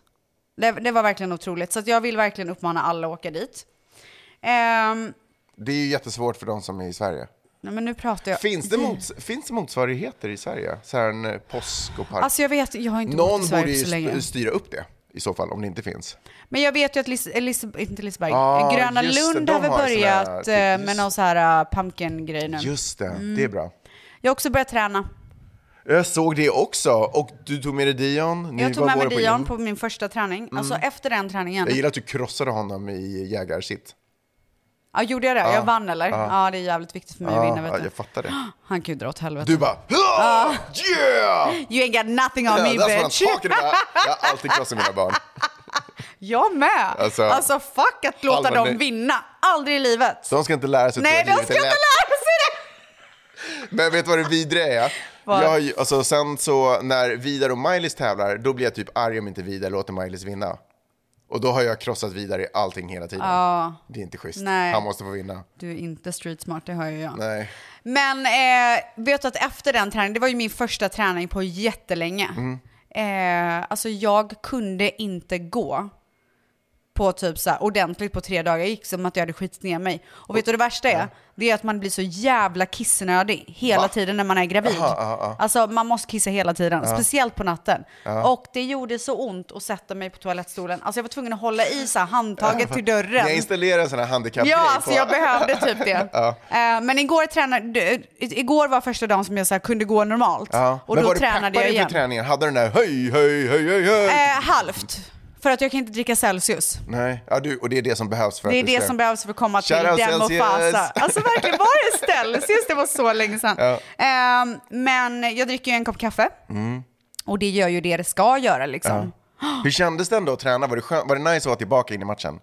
Speaker 1: Det, det var verkligen otroligt. Så att jag vill verkligen uppmana alla att åka dit. Ehm,
Speaker 2: Det är ju jättesvårt för de som är i Sverige.
Speaker 1: nej, men nu pratar jag...
Speaker 2: Finns det, mots finns det motsvarigheter i Sverige? Så här en eh, påsk och park?
Speaker 1: Alltså jag vet, jag har inte bott
Speaker 2: Någon
Speaker 1: i Sverige
Speaker 2: borde
Speaker 1: så
Speaker 2: ju
Speaker 1: länge. Mm.
Speaker 2: st- styra upp det i så fall, om det inte finns.
Speaker 1: Men jag vet ju att Lis Elis inte Liseberg,
Speaker 2: Ah,
Speaker 1: Gröna
Speaker 2: just det,
Speaker 1: Lund
Speaker 2: de
Speaker 1: har väl
Speaker 2: har ju såna här- typ-
Speaker 1: börjat eh,
Speaker 2: just-
Speaker 1: med någon så här uh, pumpkin-grej nu.
Speaker 2: Just det, det är
Speaker 1: Mm.
Speaker 2: bra.
Speaker 1: Jag har också börjat träna.
Speaker 2: Jag såg det också, och du tog med dig Dion. Ni
Speaker 1: jag tog
Speaker 2: var
Speaker 1: med mig
Speaker 2: båda
Speaker 1: Dion
Speaker 2: gym. Mm.
Speaker 1: på min första träning. Alltså efter den träningen.
Speaker 2: Jag gillar att du krossade honom i jägarsitt.
Speaker 1: Ja, gjorde jag det? jag vann eller? Ja, det är jävligt viktigt för mig att vinna
Speaker 2: Ja,
Speaker 1: vet du.
Speaker 2: jag fattar det.
Speaker 1: Han kan ju dra åt helvete.
Speaker 2: Du bara ah, yeah!
Speaker 1: You ain't got nothing on
Speaker 2: Yeah,
Speaker 1: me
Speaker 2: that's what
Speaker 1: bitch.
Speaker 2: I'm talking about. Jag har alltid krossat mina barn.
Speaker 1: Jag med!
Speaker 2: Alltså-
Speaker 1: Alltså, fuck att låta
Speaker 2: Alva,
Speaker 1: dem
Speaker 2: nu-
Speaker 1: vinna. Aldrig i livet.
Speaker 2: De ska inte lära sig att
Speaker 1: Nej,
Speaker 2: tro
Speaker 1: de
Speaker 2: att
Speaker 1: ska
Speaker 2: livet är
Speaker 1: inte
Speaker 2: lätt.
Speaker 1: lära sig det!
Speaker 2: Men vet du vad det vidriga är?
Speaker 1: Vad?
Speaker 2: Jag, har ju- alltså, sen så när Vidar och Miley's tävlar, då blir jag typ arg om inte Vidar låter Miley's vinna. Och då har jag krossat Vidar i allting hela tiden. Det är inte schysst.
Speaker 1: Nej.
Speaker 2: Han måste få vinna.
Speaker 1: Du är inte street smart, det hör ju jag.
Speaker 2: Nej.
Speaker 1: Men eh, vet du att efter den träningen, det var ju min första träning på jättelänge. Eh, alltså jag kunde inte gå på typ så här, ordentligt på tre dagar. Jag gick som att jag hade skitit ner mig. Och vet du vad det värsta är? Det är att man blir så jävla kissnödig hela
Speaker 2: Va?
Speaker 1: tiden när man är gravid. Alltså man måste kissa hela tiden, speciellt på natten. Och det gjorde så ont att sätta mig på toalettstolen. Alltså jag var tvungen att hålla i så här, handtaget till dörren.
Speaker 2: Jag installerar en sån här handikappgrej.
Speaker 1: Ja, alltså
Speaker 2: på-
Speaker 1: jag behövde typ det. Eh, Men igår, tränade, d- igår var första dagen som jag så här kunde gå normalt.
Speaker 2: Ja.
Speaker 1: Och
Speaker 2: Men
Speaker 1: då
Speaker 2: var du
Speaker 1: tränade
Speaker 2: peppad
Speaker 1: jag
Speaker 2: inför
Speaker 1: igen.
Speaker 2: träningen? Hade den där höj, höj, höj, höj, höj?
Speaker 1: Eh, halvt. För att jag kan inte dricka Celsius.
Speaker 2: Nej, ja, du, och det är det som behövs för
Speaker 1: Det är
Speaker 2: att du
Speaker 1: det
Speaker 2: ska-
Speaker 1: som behövs för att komma till
Speaker 2: Shoutout
Speaker 1: dem och
Speaker 2: Celsius.
Speaker 1: fasa. Alltså verkligen, var det Celsius? Det var så länge sedan.
Speaker 2: Ja.
Speaker 1: Eh, Men jag dricker ju en kopp kaffe.
Speaker 2: Mm.
Speaker 1: Och det gör ju det det ska göra liksom.
Speaker 2: Hur kändes det ändå att träna? Var det, skön... var det nice att vara tillbaka in i matchen?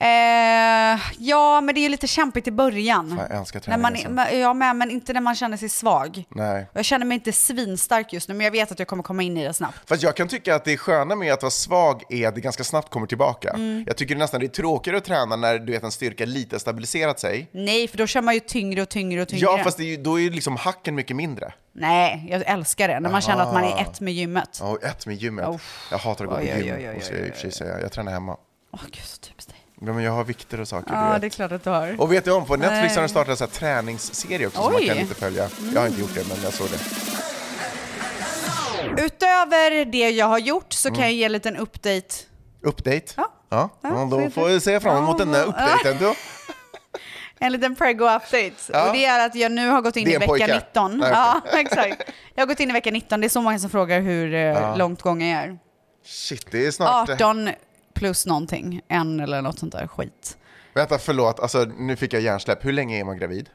Speaker 1: Eh, ja, men det är ju lite kämpigt i början.
Speaker 2: Fan, jag älskar
Speaker 1: när
Speaker 2: träning
Speaker 1: man,
Speaker 2: alltså.
Speaker 1: men- Ja, men, men inte när man känner sig svag.
Speaker 2: Nej.
Speaker 1: Jag känner mig inte svinstark just nu, men jag vet att jag kommer komma in i det snabbt.
Speaker 2: Fast jag kan tycka att det sköna med att vara svag är att det ganska snabbt kommer tillbaka.
Speaker 1: Mm.
Speaker 2: Jag tycker nästan det är tråkigare att träna när du vet en styrka lite har stabiliserat sig.
Speaker 1: Nej, för då kör man ju tyngre och tyngre och tyngre.
Speaker 2: Ja, fast det är ju, då är ju liksom hacken mycket mindre.
Speaker 1: Nej, jag älskar det. När man känner att man är ett med gymmet.
Speaker 2: Ja, och ett med gymmet.
Speaker 1: Uff.
Speaker 2: Jag hatar att gå på
Speaker 1: Oj, oj, oj,
Speaker 2: gym,
Speaker 1: oj,
Speaker 2: måste jag i och för sig säga. Jag tränar hemma.
Speaker 1: Åh gud, så typiskt dig.
Speaker 2: Ja, men jag har vikter och saker,
Speaker 1: Ja,
Speaker 2: du
Speaker 1: det är
Speaker 2: vet.
Speaker 1: klart att du har.
Speaker 2: Och vet du om, på Netflix har de startat en sån här träningsserie också som man
Speaker 1: Oj.
Speaker 2: kan inte följa. Jag har inte gjort det, men jag såg det.
Speaker 1: Utöver det jag har gjort så
Speaker 2: Mm.
Speaker 1: kan jag ge en liten update.
Speaker 2: Update?
Speaker 1: Ja.
Speaker 2: ja.
Speaker 1: Ja,
Speaker 2: ja,
Speaker 1: får
Speaker 2: då
Speaker 1: jag
Speaker 2: får vi se fram emot
Speaker 1: Ja,
Speaker 2: den där
Speaker 1: ja.
Speaker 2: updaten då.
Speaker 1: En liten prego-update.
Speaker 2: Ja.
Speaker 1: Och det är att jag nu har gått in
Speaker 2: Det är
Speaker 1: i
Speaker 2: en
Speaker 1: vecka
Speaker 2: pojke.
Speaker 1: 19.
Speaker 2: Nej,
Speaker 1: Ja, exakt. Jag har gått in i vecka 19. Det är så många som frågar hur eh, långt gången jag är.
Speaker 2: Shit, det är snart... eh,
Speaker 1: 18 plus någonting. En eller något sånt där skit.
Speaker 2: Vänta, förlåt. Alltså, nu fick jag hjärnsläpp. Hur länge är man gravid?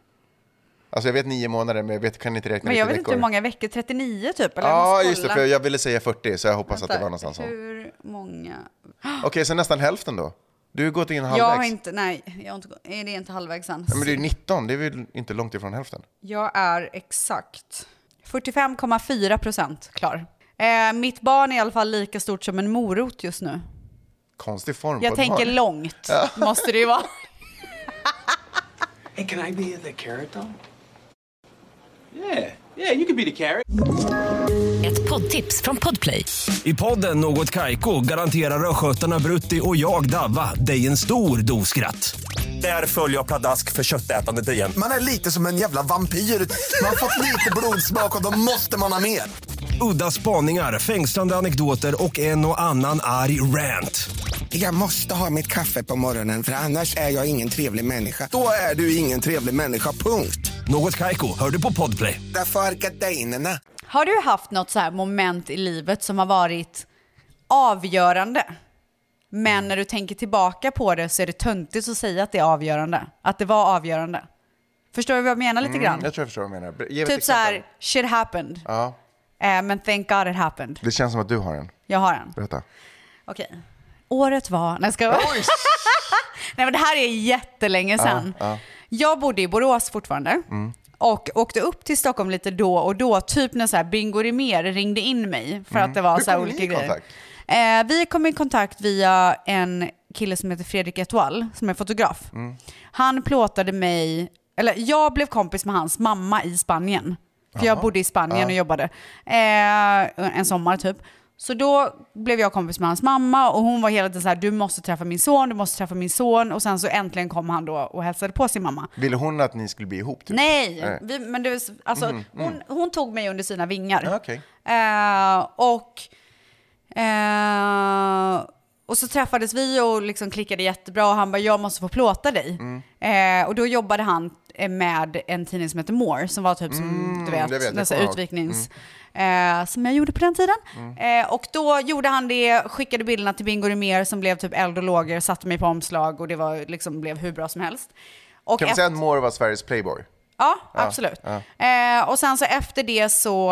Speaker 2: Alltså, jag vet nio månader, men jag vet, kan inte räkna
Speaker 1: Men
Speaker 2: ut
Speaker 1: jag
Speaker 2: i
Speaker 1: vet inte
Speaker 2: veckor.
Speaker 1: hur många veckor. 39 typ? Eller? Jag
Speaker 2: Ja,
Speaker 1: måste
Speaker 2: just det.
Speaker 1: kolla.
Speaker 2: För jag ville säga 40, så jag hoppas att det
Speaker 1: Vänta,
Speaker 2: var någonstans så. Okej,
Speaker 1: Hur många?
Speaker 2: så nästan hälften då? Du har gått in halvvägs.
Speaker 1: Jag har inte, nej, jag har inte, är det inte halvvägs än?
Speaker 2: Nej, men det är ju 19, det är väl inte långt ifrån hälften?
Speaker 1: Jag är exakt 45,4 procent klar. Eh, mitt barn är i alla fall lika stort som en morot just nu.
Speaker 2: Konstig form på
Speaker 1: Jag
Speaker 2: ett
Speaker 1: tänker
Speaker 2: barn.
Speaker 1: långt, måste det ju vara.
Speaker 8: Hey, can I be the carrot though? Yeah, yeah, you could be the carrot.
Speaker 9: Ett poddtips från Podplay.
Speaker 4: I podden Något Kaiko garanterar östgötarna Brutti och jag, Davva, dig en stor dos skratt. Där följer jag pladask för köttätandet igen.
Speaker 5: Man är lite som en jävla vampyr. Man har fått lite blodsmak och då måste man ha mer.
Speaker 4: Udda spaningar, fängslande anekdoter och en och annan arg rant.
Speaker 6: Jag måste ha mitt kaffe på morgonen för annars är jag ingen trevlig människa. Då är du ingen trevlig människa, punkt.
Speaker 4: Något Kaiko, hör du på Podplay.
Speaker 6: Därför arkadeinerna.
Speaker 1: Har du haft något så här moment i livet som har varit avgörande? Men när du tänker tillbaka på det så är det töntigt att säga att det är avgörande. Att det var avgörande. Förstår du vad jag menar lite grann?
Speaker 2: Mm, jag tror jag förstår vad du menar. Ge ett
Speaker 1: typ så
Speaker 2: exempel.
Speaker 1: här, shit happened.
Speaker 2: Ja,
Speaker 1: Eh, men thank God it happened.
Speaker 2: det känns som att du har en.
Speaker 1: Jag har en.
Speaker 2: Berätta.
Speaker 1: Okej. Året var... Nej, ska jag... Nej, men det här är jättelänge sedan. Jag bodde i Borås fortfarande.
Speaker 2: Mm.
Speaker 1: Och åkte upp till Stockholm lite då och då, typ när så här Bingo Rimér ringde in mig för att det var
Speaker 2: Mm. Hur
Speaker 1: så här
Speaker 2: kom ni
Speaker 1: olika
Speaker 2: i
Speaker 1: grejer.
Speaker 2: kontakt?
Speaker 1: Eh, vi kom i kontakt via en kille som heter Fredrik Etoile, som är fotograf. Han plåtade mig, eller jag blev kompis med hans mamma i Spanien. För jag bodde i Spanien och jobbade eh, en sommar typ. Så då blev jag kompis med hans mamma och hon var hela tiden så här, du måste träffa min son, du måste träffa min son. Och sen så äntligen kom han då och hälsade på sin mamma.
Speaker 2: Ville hon att ni skulle bli ihop? Typ?
Speaker 1: Nej,
Speaker 2: Nej. Mhm, mm.
Speaker 1: vi, men du, alltså, Hon, hon tog mig under sina vingar.
Speaker 2: Ja, okej.
Speaker 1: Eh, och, eh, och så träffades vi och liksom klickade jättebra och han bara, jag måste få plåta dig.
Speaker 2: Mm.
Speaker 1: Eh, och då jobbade han eh, med en tidning som heter More, som var typ som, du vet,
Speaker 2: Mm, jag vet, jag
Speaker 1: nästan
Speaker 2: kommer ihåg. Mm.
Speaker 1: utviknings... Eh, som jag gjorde på den tiden. Eh, och då gjorde han det, skickade bilderna till Bingo Rimér som blev typ eld och lågor, satte mig på omslag och det var, liksom, blev hur bra som helst. Och
Speaker 2: Kan vi säga att Moore var Sveriges Playboy?
Speaker 1: Ja, absolut. Eh, och sen så efter det så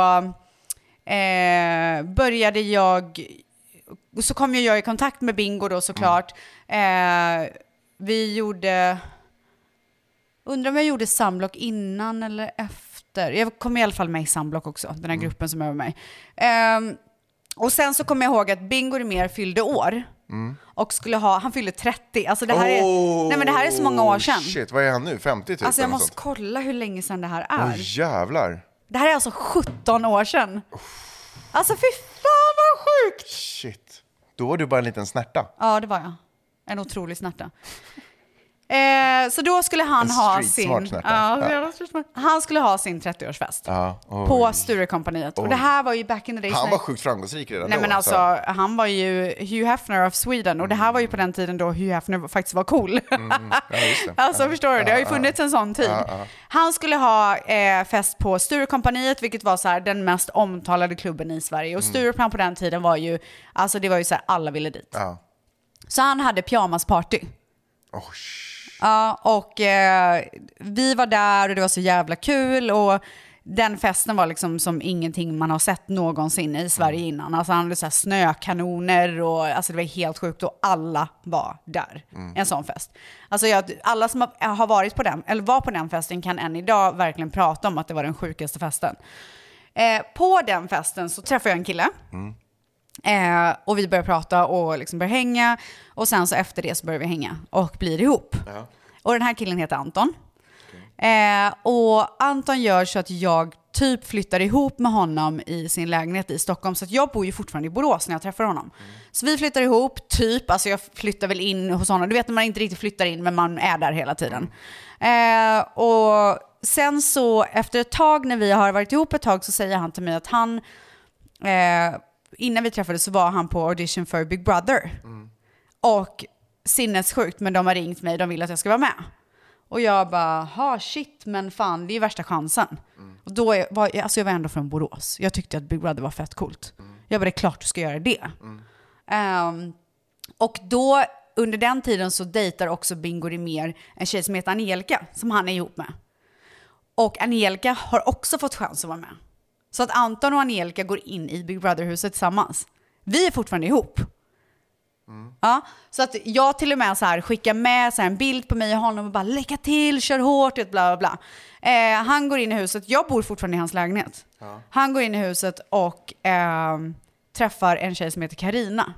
Speaker 1: eh, började jag, så kom ju jag i kontakt med Bingo då såklart. Eh, vi gjorde, undrar om jag gjorde Samblock innan eller efter. Jag kom i alla fall med i Samblock också, den här gruppen som är med mig. Ehm, och sen så kommer jag ihåg att Bingo mer fyllde år. Och skulle ha, han fyllde 30. Alltså det här, är, nej men det här är så många år sedan.
Speaker 2: Oh, Shit, vad är han nu? 50 typ?
Speaker 1: Alltså jag
Speaker 2: eller något
Speaker 1: måste
Speaker 2: sånt.
Speaker 1: kolla hur länge sedan det här är.
Speaker 2: Åh jävlar.
Speaker 1: Det här är alltså 17 år sedan. Alltså fy fan vad sjukt!
Speaker 2: Shit. Då var du bara en liten snärta.
Speaker 1: Ja, det var jag. En otrolig snärta. Eh, så då skulle han
Speaker 2: En
Speaker 1: ha
Speaker 2: streetsmart
Speaker 1: sin...
Speaker 2: snärta.
Speaker 1: Ja, så jävla streetsmart. Han skulle ha sin 30-årsfest
Speaker 2: Ja, oj.
Speaker 1: på Sturecompagniet. Och det här var ju back in the days.
Speaker 2: Han
Speaker 1: när-
Speaker 2: var sjukt framgångsrik redan
Speaker 1: Nej
Speaker 2: då.
Speaker 1: men
Speaker 2: så-
Speaker 1: alltså, han var ju Hugh Hefner of Sweden och det här var ju på den tiden då Hugh Hefner faktiskt var cool.
Speaker 2: Mm,
Speaker 1: alltså förstår du, det har ju funnits en sån tid. Han skulle ha eh, fest på Sturecompagniet, vilket var så här, den mest omtalade klubben i Sverige.
Speaker 2: Mm.
Speaker 1: Och Stureplan på den tiden var ju, alltså det var ju så här, alla ville dit.
Speaker 2: Ja.
Speaker 1: Så han hade pyjamasparty.
Speaker 2: Åh,
Speaker 1: Ja, och eh, vi var där och det var så jävla kul. Och den festen var liksom som ingenting man har sett någonsin i Sverige innan. Alltså han hade så här snökanoner och alltså det var helt sjukt och alla var där. En sån fest. Alltså jag, alla som har- har varit på den, eller var på den festen kan än idag verkligen prata om att det var den sjukaste festen. Eh, på den festen så träffade jag en kille. Eh, och vi började prata och liksom började hänga. Och sen så efter det så började vi hänga och blir ihop. Och den här killen heter Anton. Eh, och Anton gör så att jag typ flyttar ihop med honom i sin lägenhet i Stockholm. Så att jag bor ju fortfarande i Borås när jag träffar honom. Så vi flyttar ihop, typ. Alltså jag flyttar väl in hos honom. Du vet när man inte riktigt flyttar in men man är där hela tiden. Eh, och sen så efter ett tag när vi har varit ihop ett tag så säger han till mig att han eh, innan vi träffades så var han på audition för Big Brother. Och sinnessjukt, men de har ringt mig, de vill att jag ska vara med. Och jag bara, ha shit, men fan det är ju värsta chansen. Och då är, var, jag- alltså jag var ändå från Borås, jag tyckte att Big Brother var fett coolt. Jag bara, det är klart du ska göra det. Ehm, och då, under den tiden så dejtar också Bingo Rimér en tjej som heter Angelica, som han är ihop med. Och Angelica har också fått chans att vara med. Så att Anton och Angelica går in i Big Brother-huset tillsammans. Vi är fortfarande ihop. Ja, så att jag till och med så här skickar med så här en bild på mig och honom och bara lägga till, kör hårt, du vet, bla bla bla. Eh, han går in i huset, jag bor fortfarande i hans lägenhet. Han går in i huset och ehm, träffar en tjej som heter Karina